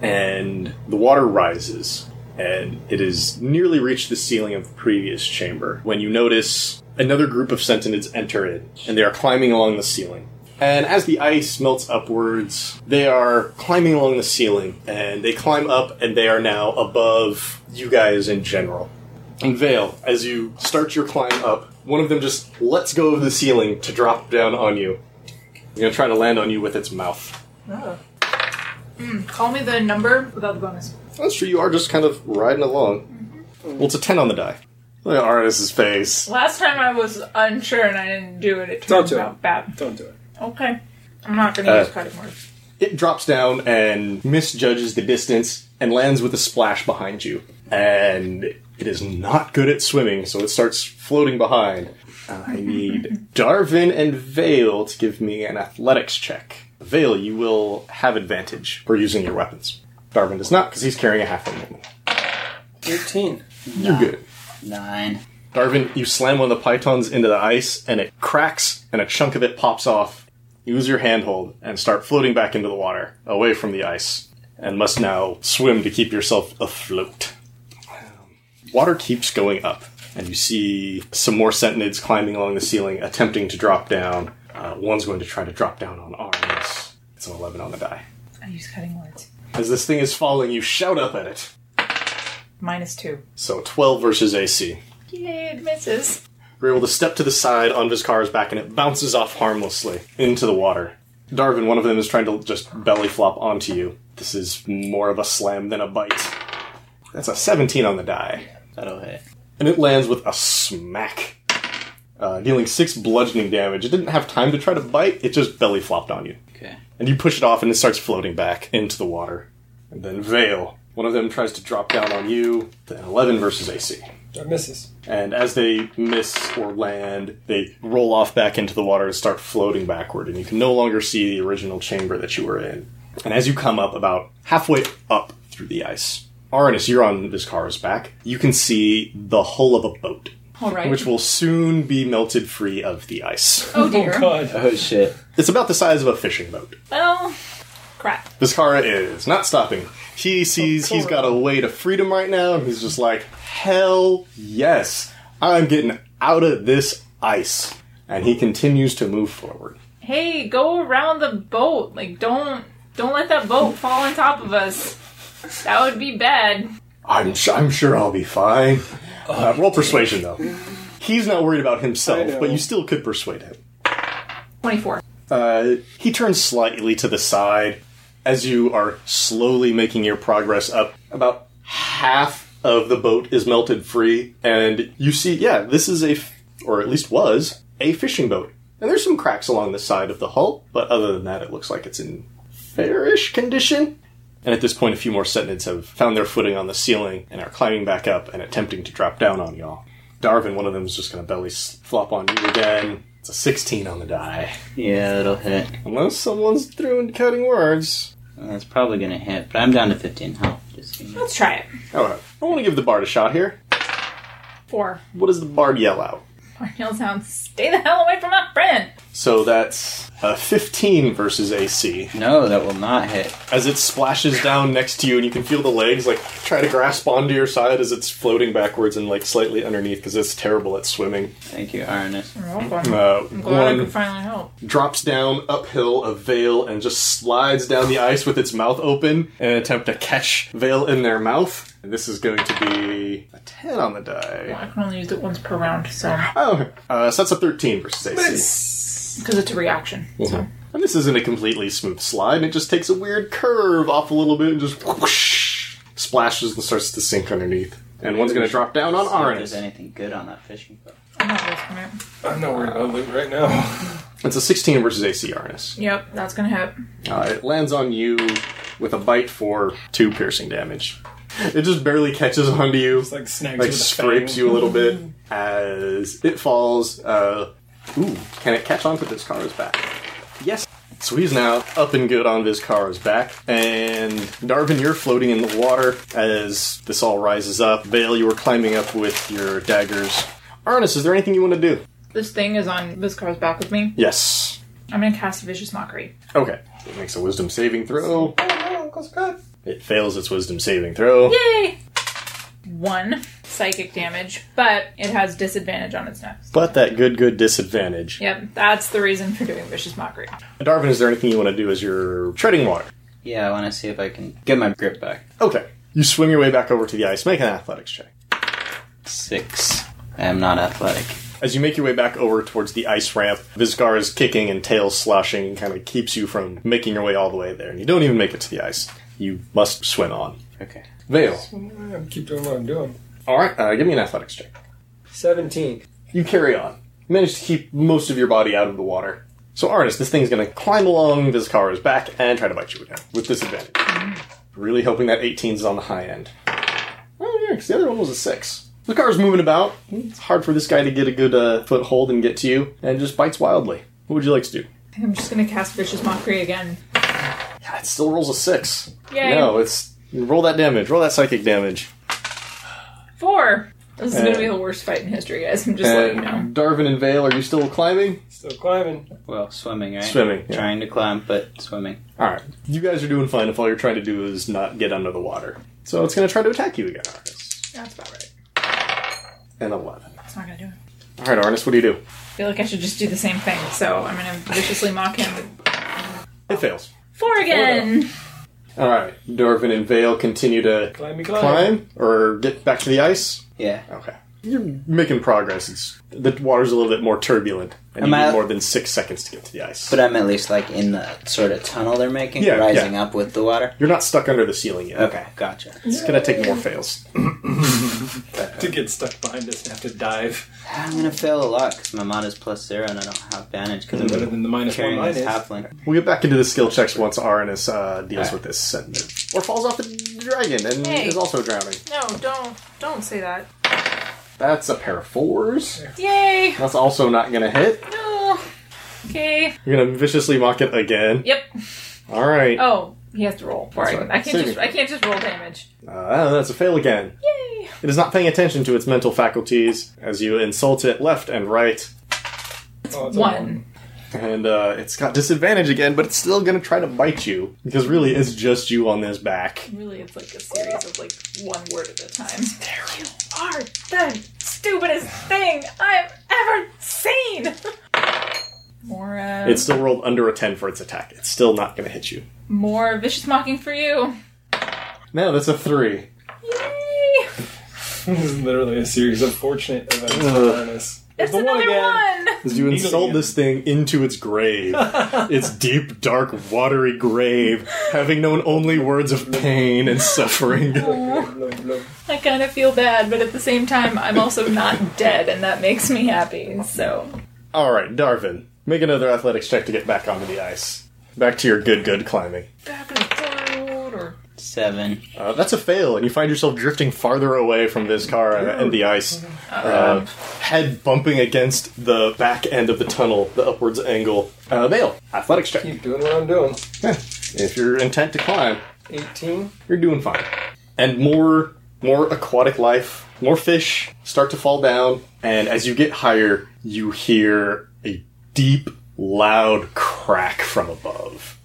and the water rises and it has nearly reached the ceiling of the previous chamber when you notice another group of sentinels enter it and they are climbing along the ceiling and as the ice melts upwards they are climbing along the ceiling and they climb up and they are now above you guys in general and Vale, as you start your climb up, one of them just lets go of the ceiling to drop down on you. It's gonna try to land on you with its mouth. Call me the number without the bonus. That's true. You are just kind of riding along. Well, it's a ten on the die. Mm-hmm. Look at Arnis's face. Last time I was unsure and I didn't do it. It Don't turned do out bad. Don't do it. Okay. I'm not gonna Uh, use cutting words. It drops down and misjudges the distance and lands with a splash behind you. And it is not good at swimming, so it starts floating behind. I need Darvin and Vale to give me an athletics check. Vale, you will have advantage for using your weapons. Darvin does not because he's carrying a halfling woman. 13. You're good. Nine. Darvin, you slam one of the pythons into the ice, and it cracks, and a chunk of it pops off. You lose your handhold and start floating back into the water, away from the ice, and must now swim to keep yourself afloat. Water keeps going up, and you see some more sentinids climbing along the ceiling, attempting to drop down. Uh, one's going to try to drop down on Arnis. It's an 11 on the die. I use cutting words. As this thing is falling, you shout up at it. Minus two. So 12 versus AC. Yay, it misses. We're able to step to the side on Vizcar's back, and it bounces off harmlessly into the water. Darvin, one of them, is trying to just belly flop onto you. This is more of a slam than a bite. That's a 17 on the die. That'll hit. And it lands with a smack, uh, dealing six bludgeoning damage. It didn't have time to try to bite, it just belly flopped on you. Okay. And you push it off, and it starts floating back into the water. And then Vale. One of them tries to drop down on you. Then 11 versus AC. That misses. And as they miss or land, they roll off back into the water and start floating backward, and you can no longer see the original chamber that you were in. And as you come up about halfway up through the ice, Arnis, you're on this car's back. You can see the hull of a boat, Alright. which will soon be melted free of the ice. oh dear. God. Oh shit. It's about the size of a fishing boat. Well crap. Viscara is not stopping. He sees he's got a way to freedom right now, and he's just like, hell yes, I'm getting out of this ice. And he continues to move forward. Hey, go around the boat. Like don't don't let that boat fall on top of us. That would be bad. I'm, su- I'm sure I'll be fine. Uh, roll persuasion, though. He's not worried about I himself, know. but you still could persuade him. Twenty-four. Uh, he turns slightly to the side as you are slowly making your progress up. About half of the boat is melted free, and you see, yeah, this is a, f- or at least was, a fishing boat. And there's some cracks along the side of the hull, but other than that, it looks like it's in fairish condition. And at this point, a few more Sentinels have found their footing on the ceiling and are climbing back up and attempting to drop down on y'all. Darvin, one of them, is just going to belly s- flop on you again. It's a 16 on the die. Yeah, it'll hit. Unless someone's through and cutting words. That's probably gonna hit, but I'm down to 15 health. Just give me- Let's try it. All right. I want to give the bard a shot here. Four. What does the bard yell out? Arnell sounds, stay the hell away from my friend. So that's a 15 versus AC. No, that will not hit. As it splashes down next to you, and you can feel the legs like try to grasp onto your side as it's floating backwards and like slightly underneath because it's terrible at swimming. Thank you, Arnis. Oh, God. Uh, I'm glad I one could finally help. drops down uphill of Vale and just slides down the ice with its mouth open in an attempt to catch Vale in their mouth. And this is going to be a 10 on the die. I can only use it once per round, so Oh, uh, so that's a 13 versus AC. because it's a reaction. So. And this isn't a completely smooth slide, it just takes a weird curve off a little bit and just whoosh, splashes and starts to sink underneath. And one's going to drop down on See if there's Arnis. anything good on that fishing boat. I'm not risking it. I'm not worried about loot right now. It's a 16 versus AC Arnis. Yep, that's gonna hit. Uh, it lands on you with a bite for two piercing damage. It just barely catches onto you. It's like snags like with a scrapes fang. you a little bit as it falls. Uh, ooh, can it catch onto Vizcaro's back? Yes. So he's now up and good on Vizcaro's back. And Darvin, you're floating in the water as this all rises up. Vale, you were climbing up with your daggers. Arnis, is there anything you want to do? This thing is on Viscar's back with me. Yes. I'm gonna cast Vicious Mockery. Okay. It makes a wisdom saving throw. It fails its wisdom saving throw. Yay! One psychic damage, but it has disadvantage on its next. But that good, good disadvantage. Yep, that's the reason for doing Vicious Mockery. Darvin, is there anything you want to do as you're treading water? Yeah, I want to see if I can get my grip back. Okay. You swim your way back over to the ice. Make an athletics check. Six. I am not athletic. As you make your way back over towards the ice ramp, Vizgar is kicking and tail sloshing kind of keeps you from making your way all the way there. And you don't even make it to the ice. You must swim on. Okay. Vale. I'm keep doing what I'm doing. All right, uh, give me an athletics check. 17. You carry on. You manage to keep most of your body out of the water. So, Arnis, this thing's going to climb along Vizcar's back and try to bite you again with disadvantage. Really hoping that 18 is on the high end. Oh, yeah, because the other one was a 6. The car's moving about. It's hard for this guy to get a good uh, foothold and get to you, and just bites wildly. What would you like to do? I think I'm just gonna cast Vicious Mockery again. Yeah, it still rolls a 6. Yay! No, it's. Roll that damage. Roll that psychic damage. Four! This is Uh, gonna be the worst fight in history, guys. I'm just letting uh, you know. And Darvin and Vale, are you still climbing? Still climbing. Well, swimming, right? Swimming, yeah. Trying to climb, but swimming. All right, you guys are doing fine if all you're trying to do is not get under the water. So it's going to try to attack you again, Arnis. That's about right. And eleven. It's not gonna do it. All right, Arnis, what do you do? I feel like I should just do the same thing, so I'm gonna viciously mock him. It fails. Four again! All right, Darvin and Vale continue to Climby, climb. climb or get back to the ice. Yeah. Okay, you're making progress. It's the water's a little bit more turbulent, and Am you I- need more than six seconds to get to the ice. But I'm at least like in the sort of tunnel they're making, Yeah, rising up with the water. you're not stuck under the ceiling yet. Okay, gotcha. It's gonna take more fails. To get stuck behind us and have to dive. I'm gonna fail a lot because my mod is plus zero and I don't have advantage because Mm-hmm. Better I'm than the minus one carrying mine this is. halfling. We'll get back into the skill checks once Arnis uh, deals All right. with this sentiment. Or falls off a dragon and Hey. is also drowning. No, don't. Don't say that. That's a pair of fours. Yay! That's also not gonna hit. No! Okay. You're gonna viciously mock it again. Yep. All right. Oh, he has to roll. for That's it. right. I can't Saving just I can't just roll damage. Uh, that's a fail again. Yay! It is not paying attention to its mental faculties as you insult it left and right, Oh, it's a One. and uh, it's got disadvantage again. But it's still gonna try to bite you because really, it's just you on this back. Really, it's like a series of like one word at a time. You are the stupidest thing I've ever seen. More, uh, It still rolled under a ten for its attack. It's still not gonna hit you. more vicious mocking for you. No, that's a three. Yay! This is literally a series of fortunate events for Ugh. Arnis. It's There's the one another again. one. As you insult this thing into its grave, its deep, dark, watery grave, having known only words of pain and suffering. Look, look. I kind of feel bad, but at the same time, I'm also not dead, and that makes me happy. So All right, Darvin. Make another athletics check to get back onto the ice. Back to your good, good climbing. Back and forward. Seven. Uh, that's a fail, and you find yourself drifting farther away from this car and the ice. Uh, head bumping against the back end of the tunnel, the upwards angle. Uh, Vale, athletics check. Keep doing what I'm doing. If you're intent to climb, 18. you're doing fine. And more more aquatic life, more fish start to fall down, and as you get higher, you hear a deep, loud crack from above.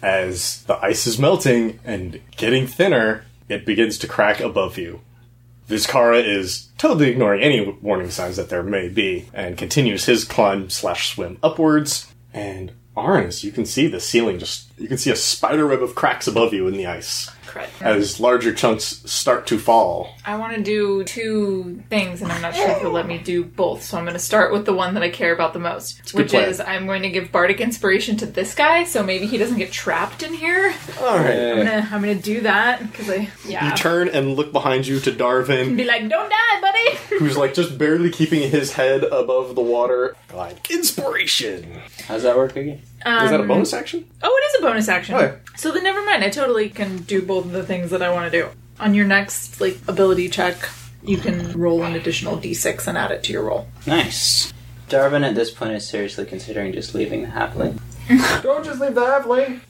As the ice is melting and getting thinner, it begins to crack above you. Vizcara is totally ignoring any warning signs that there may be, and continues his climb slash swim upwards. And Arnis, you can see the ceiling just you can see a spider web of cracks above you in the ice Crud. as larger chunks start to fall. I want to do two things, and I'm not sure if you'll let me do both. So I'm going to start with the one that I care about the most, a good which plan. is I'm going to give bardic inspiration to this guy, so maybe he doesn't get trapped in here. All right. I'm gonna, I'm gonna do that because I yeah. You turn and look behind you to Darvin, be like, don't die, buddy. who's like just barely keeping his head above the water. Like inspiration. How's that work again? Is that a bonus action? Oh, it is a bonus action. Oh, yeah. So then, never mind. I totally can do both of the things that I want to do. On your next like ability check, you can roll an additional d6 and add it to your roll. Nice. Darwin at this point is seriously considering just leaving the halfling. Don't just leave the halfway.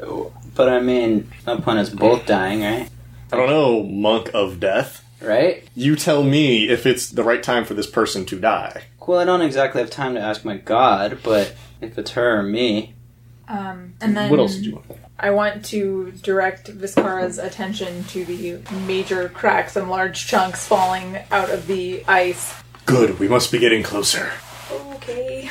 Oh, But I mean, no point is both dying, right? I don't know, monk of death. Right? You tell me if it's the right time for this person to die. Well, I don't exactly have time to ask my god, but if it's her or me, Um, and then What else did you want? I want to direct Viscara's attention to the major cracks and large chunks falling out of the ice. Good, we must be getting closer. Okay.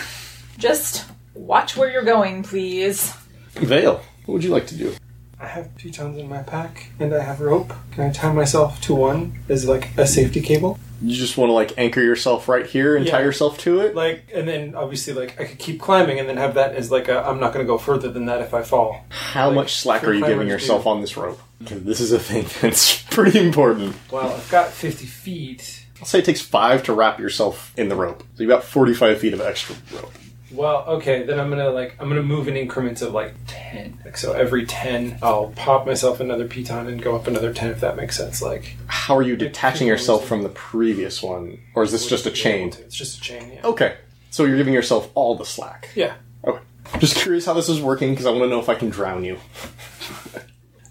Just watch where you're going, please. Vale, what would you like to do? I have pitons in my pack, and I have rope. Can I tie myself to one as like a safety cable? You just want to like anchor yourself right here and Yeah. tie yourself to it? Like, and then obviously, like I could keep climbing, and then have that as like a I'm not going to go further than that if I fall. How Like, much slack for are you giving climbers, yourself on this rope? 'Cause This is a thing that's pretty important. Well, I've got 50 feet. I'll say it takes five to wrap yourself in the rope. So you've got 45 feet of extra rope. Well, okay, then I'm gonna like I'm gonna move in increments of like 10. Like, so every 10, I'll pop myself another piton and go up another 10 if that makes sense. Like, How are you detaching yourself from the previous one? Or is this just a chain? It's just a chain. Yeah. Okay. So you're giving yourself all the slack. Yeah. Okay. Just curious how this is working because I want to know if I can drown you.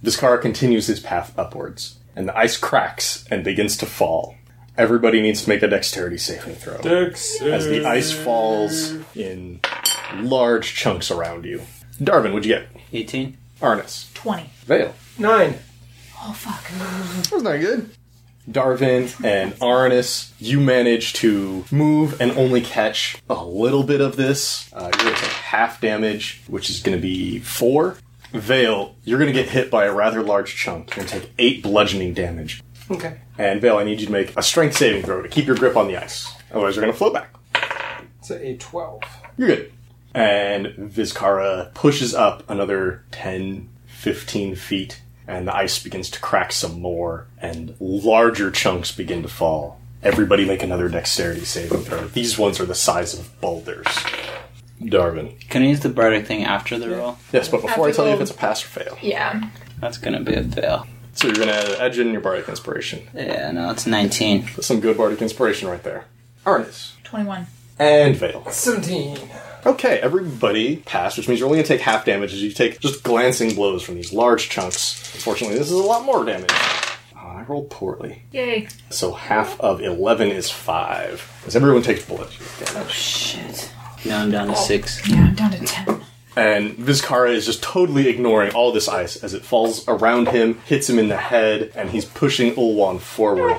this car continues his path upwards, and the ice cracks and begins to fall. Everybody needs to make a dexterity saving throw as the ice falls in large chunks around you. Darvin, what'd you get? 18? Arnis. 20. Vale. Nine. Oh, fuck. That's not good. Darvin and Arnis, you manage to move and only catch a little bit of this. Uh, you're going to take half damage, which is going to be four. Vale, you're going to get hit by a rather large chunk. You're going to take eight bludgeoning damage. Okay. And Vale, I need you to make a strength saving throw to keep your grip on the ice. Otherwise, you're going to float back. So a 12. You're good. And Vizcara pushes up another 10, 15 feet, and the ice begins to crack some more, and larger chunks begin to fall. Everybody make another dexterity saving throw. These ones are the size of boulders. Darwin. Can I use the bardic thing after the roll? Yes, but before I tell you if it's a pass or fail. Yeah. That's gonna be a fail. So you're going to edge in your bardic inspiration. Yeah, no, it's 19. That's some good bardic inspiration right there. Arnis. 21. And fail. 17. Okay, everybody passed, which means you're only going to take half damage as you take just glancing blows from these large chunks. Unfortunately, this is a lot more damage. Oh, I rolled poorly. Yay. So half of 11 is 5. Because everyone takes bullet damage. Shit. Now I'm down to 6. Yeah, I'm down to 10. And Vizcara is just totally ignoring all this ice as it falls around him, hits him in the head, and he's pushing Ulwan forward.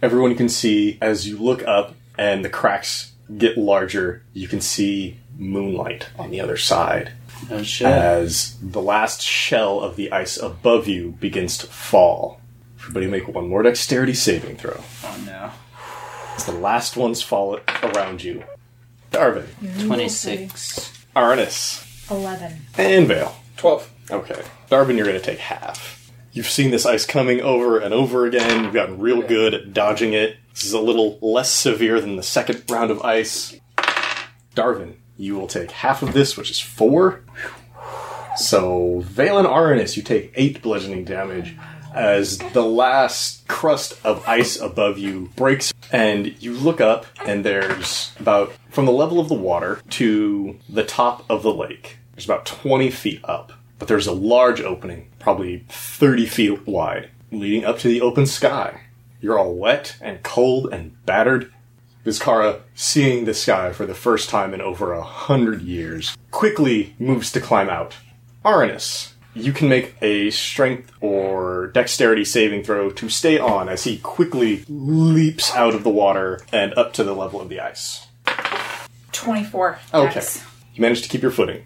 Everyone can see as you look up and the cracks get larger, you can see moonlight on the other side. Oh shit. Uh, as the last shell of the ice above you begins to fall. Everybody make one more dexterity saving throw. oh no. As the last ones fall around you. Darvin, 26. Arnis, 11. and Vale. 12. Okay. Darvin, you're going to take half. You've seen this ice coming over and over again. You've gotten real good at dodging it. This is a little less severe than the second round of ice. Darvin, you will take half of this, which is four. So, Valen Aranus, you take eight bludgeoning damage as the last crust of ice above you breaks, and you look up, and there's about from the level of the water to the top of the lake. There's about 20 feet up, but there's a large opening, probably 30 feet wide, leading up to the open sky. You're all wet and cold and battered, Vizcara, seeing the sky for the first time in over a hundred years, quickly moves to climb out. Aranus, you can make a strength or dexterity saving throw to stay on as he quickly leaps out of the water and up to the level of the ice. 24. Okay. Dex. You manage to keep your footing.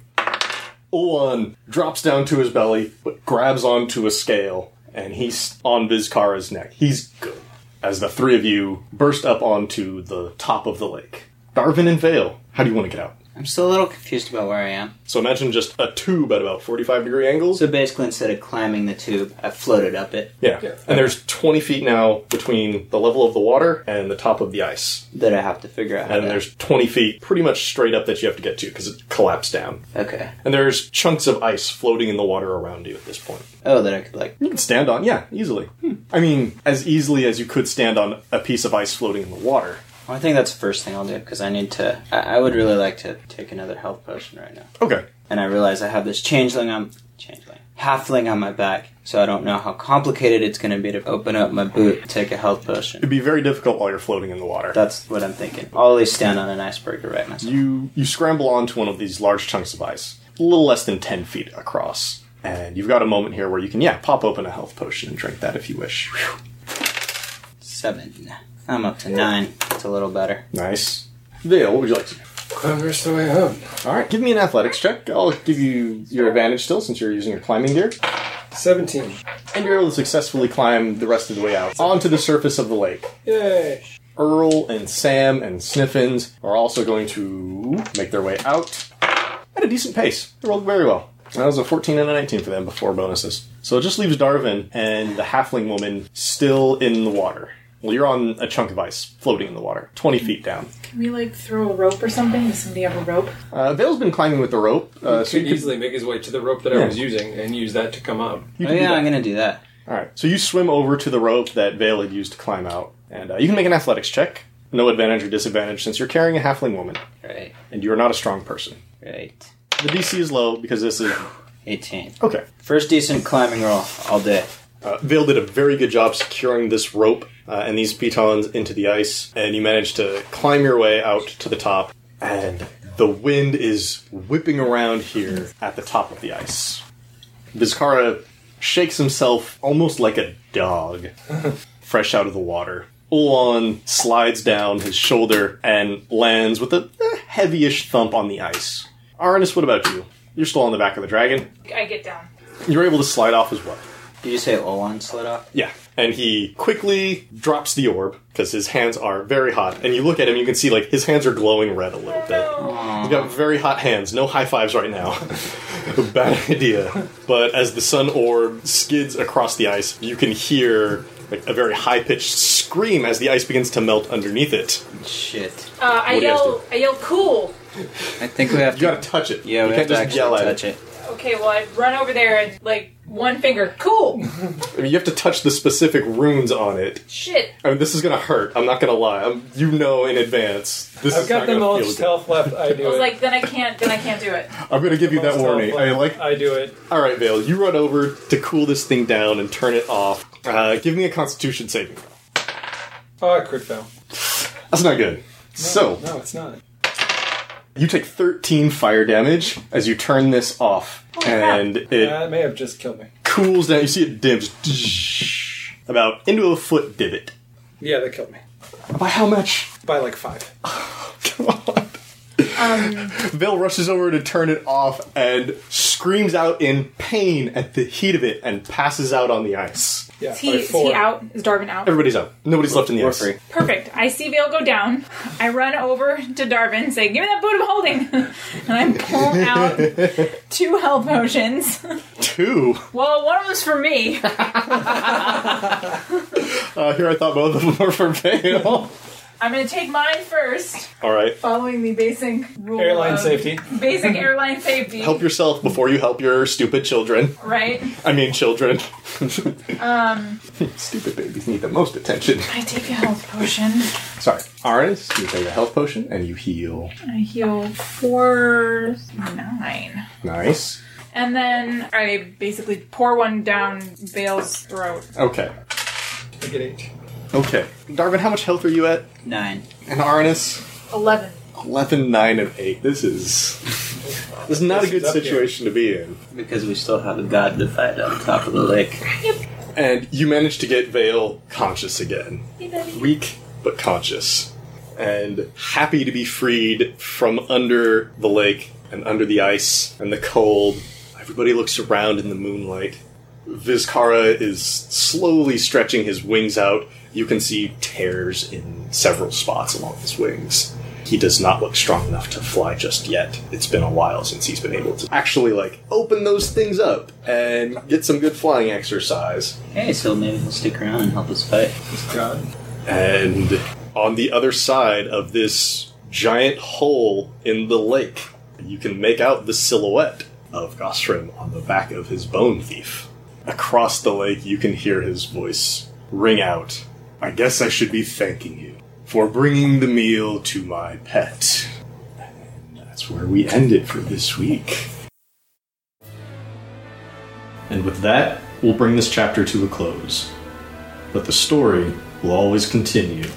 Ulan drops down to his belly, but grabs onto a scale, and he's on Vizcara's neck. He's good. As the three of you burst up onto the top of the lake. Darvin and Vale, how do you want to get out? I'm still a little confused about where I am. So imagine just a tube at about 45 degree angles. So basically, instead of climbing the tube, I floated up it. Yeah. And there's 20 feet now between the level of the water and the top of the ice. That I have to figure out. How And to- there's 20 feet pretty much straight up that you have to get to because it collapsed down. okay. And there's chunks of ice floating in the water around you at this point. Oh, that I could like. You can stand on, yeah, easily. I mean, as easily as you could stand on a piece of ice floating in the water. I think that's the first thing I'll do because I need to. I, I would really like to take another health potion right now. Okay. And I realize I have this changeling on changeling halfling on my back, so I don't know how complicated it's going to be to open up my boot, take a health potion. It'd be very difficult while you're floating in the water. That's what I'm thinking. I'll at least stand on an iceberg to right myself. You you scramble onto one of these large chunks of ice, a little less than ten feet across, and you've got a moment here where you can yeah pop open a health potion and drink that if you wish. Whew. Seven. I'm up to nine. It's a little better. Nice. Vale, what would you like to do? Converse the way up. All right, give me an athletics check. I'll give you your advantage still since you're using your climbing gear, 17. and you're able to successfully climb the rest of the way out onto the surface of the lake. Yay. Earl and Sam and Sniffins are also going to make their way out at a decent pace. They rolled very well. That was a 14 and a 19 for them before bonuses. So it just leaves Darvin and the halfling woman still in the water. Well, you're on a chunk of ice floating in the water, 20 feet down. Can we, like, throw a rope or something? Does somebody have a rope? Uh, Vale's been climbing with the rope. Uh, so Could you could- easily make his way to the rope that I Yeah. was using and use that to come up. you Oh can do yeah, that. I'm gonna do that. All right. So you swim over to the rope that Vale had used to climb out, and uh, you can make an athletics check. No advantage or disadvantage since you're carrying a halfling woman, Right, and you are not a strong person. right. The DC is low because this is 18. okay. First decent climbing roll all day. Uh, Vale did a very good job securing this rope uh, and these pitons into the ice, and you managed to climb your way out to the top. And the wind is whipping around here at the top of the ice. Vizcara shakes himself almost like a dog, fresh out of the water. Ulan slides down his shoulder and lands with a eh, heavyish thump on the ice. Aranus, what about you? You're still on the back of the dragon. I get down. You're able to slide off as well. Did you say Olan slid off? Yeah. And he quickly drops the orb because his hands are very hot. And you look at him, you can see like his hands are glowing red a little bit. Oh, He's got very hot hands. No high fives right now. Bad idea. But as the sun orb skids across the ice, you can hear like a very high pitched scream as the ice begins to melt underneath it. Shit. Uh, I What do you guys yell, I yell, cool! I think we have You to. gotta touch it. Yeah, you we have can't to just actually yell at touch it. it. Okay, well, I run over there and, like, one finger, cool! I mean, you have to touch the specific runes on it. Shit! I mean, this is gonna hurt. I'm not gonna lie. i you know in advance. This I've is got not the gonna most feel good. health left. I do I was it. like, then I can't, then I can't do it. I'm gonna give you that Most health warning. left. I like I do it. All right, Vale, you run over to cool this thing down and turn it off. Uh, give me a Constitution saving. throw. Oh, I crit fail. That's not good. so No, it's not. you take 13 fire damage as you turn this off, and it That may have just killed me. cools down. You see it dims about into a foot divot. Yeah, that killed me. By how much? By like five. God. Vale rushes over to turn it off and screams out in pain at the heat of it and passes out on the ice. Yeah, Is by he, is four. he out? Is Darvin out? Everybody's out. Nobody's left in the We're ice. free. Perfect. I see Vale go down. I run over to Darvin and say, Give me that boot I'm holding! and I pull out two health potions. Two. well, one of them's for me. Uh, here I thought both of them were for Vale. I'm gonna take mine first, All right. following the basic rule. Airline of- safety. Basic airline safety. Help yourself before you help your stupid children. Right? I mean, children. Um, stupid babies need the most attention. I take a health potion. Sorry. Aris, you take a health potion and you heal. I heal four, nine. Nice. And then I basically pour one down Vale's throat. Okay. I get eight. Okay. Darwin, how much health are you at? Nine. And Arnis? 11. 11, 9, and 8. This is. This is not This a good is up here. situation to be in. Because we still have a god to fight on top of the lake. And you manage to get Vale conscious again. Hey, baby. Weak, but conscious. And happy to be freed from under the lake and under the ice and the cold. Everybody looks around in the moonlight. Vizcara is slowly stretching his wings out. You can see tears in several spots along his wings. He does not look strong enough to fly just yet. It's been a while since he's been able to actually like open those things up and get some good flying exercise. Hey, so maybe he'll stick around and help us fight. It's gone. And on the other side of this giant hole in the lake, you can make out the silhouette of Gosrim on the back of his bone thief. Across the lake, you can hear his voice ring out I guess I should be thanking you for bringing the meal to my pet. And that's where we end it for this week. And with that, we'll bring this chapter to a close but the story will always continue.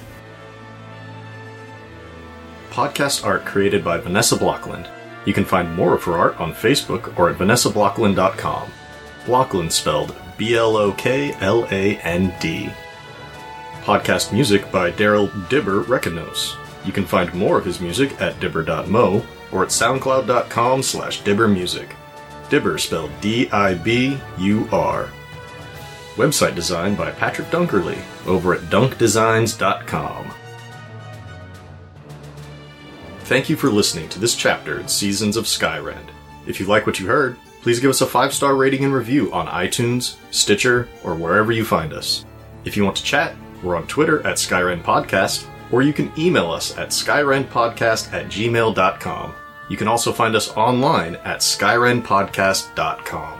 Podcast art created by Vanessa Blockland. You can find more of her art on Facebook or at vanessablockland.com. Blockland spelled B L O K L A N D. Podcast music by Daryl Dibber Reconos. You can find more of his music at dibber.mo or at soundcloud.com slash dibbermusic. Dibber spelled D I B U R. Website design by Patrick Dunkerley over at dunkdesigns.com. Thank you for listening to this chapter in Seasons of Skyrend. If you like what you heard, please give us a five star rating and review on iTunes, Stitcher, or wherever you find us. If you want to chat, we're on Twitter at Skyrend Podcast, or you can email us at skyrendpodcast at gmail.com. You can also find us online at skyrendpodcast.com.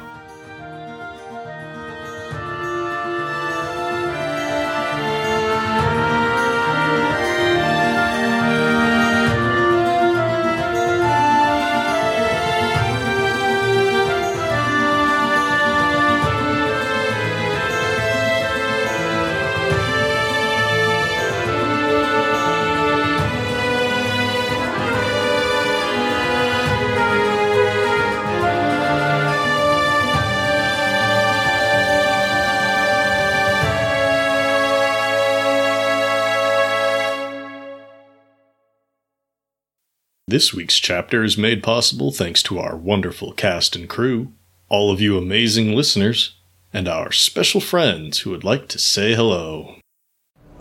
This week's chapter is made possible thanks to our wonderful cast and crew, all of you amazing listeners, and our special friends who would like to say hello.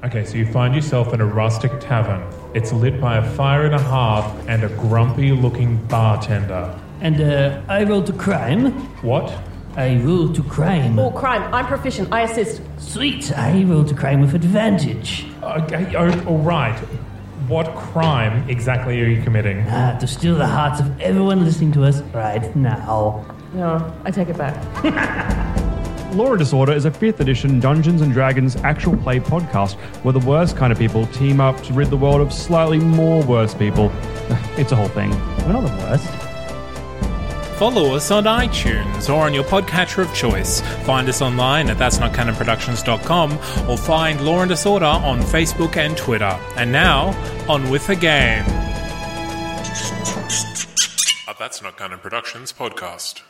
Okay, so you find yourself in a rustic tavern. It's lit by a fire and a hearth and a grumpy looking bartender. And uh, I roll to crime. What? I roll to crime. Or crime. I'm proficient. I assist. Sweet, I roll to crime with advantage. Okay, o- all right. What crime exactly are you committing? Ah, to steal the hearts of everyone listening to us right now. No, I take it back. Law and Disorder is a 5th edition Dungeons and Dragons actual play podcast where the worst kind of people team up to rid the world of slightly more worse people. It's a whole thing. We're not the worst. Follow us on iTunes or on your podcatcher of choice. Find us online at that'snotcanonproductions.com or find Law and Disorder on Facebook and Twitter. And now, on with the game. A That's Not Canon Productions podcast.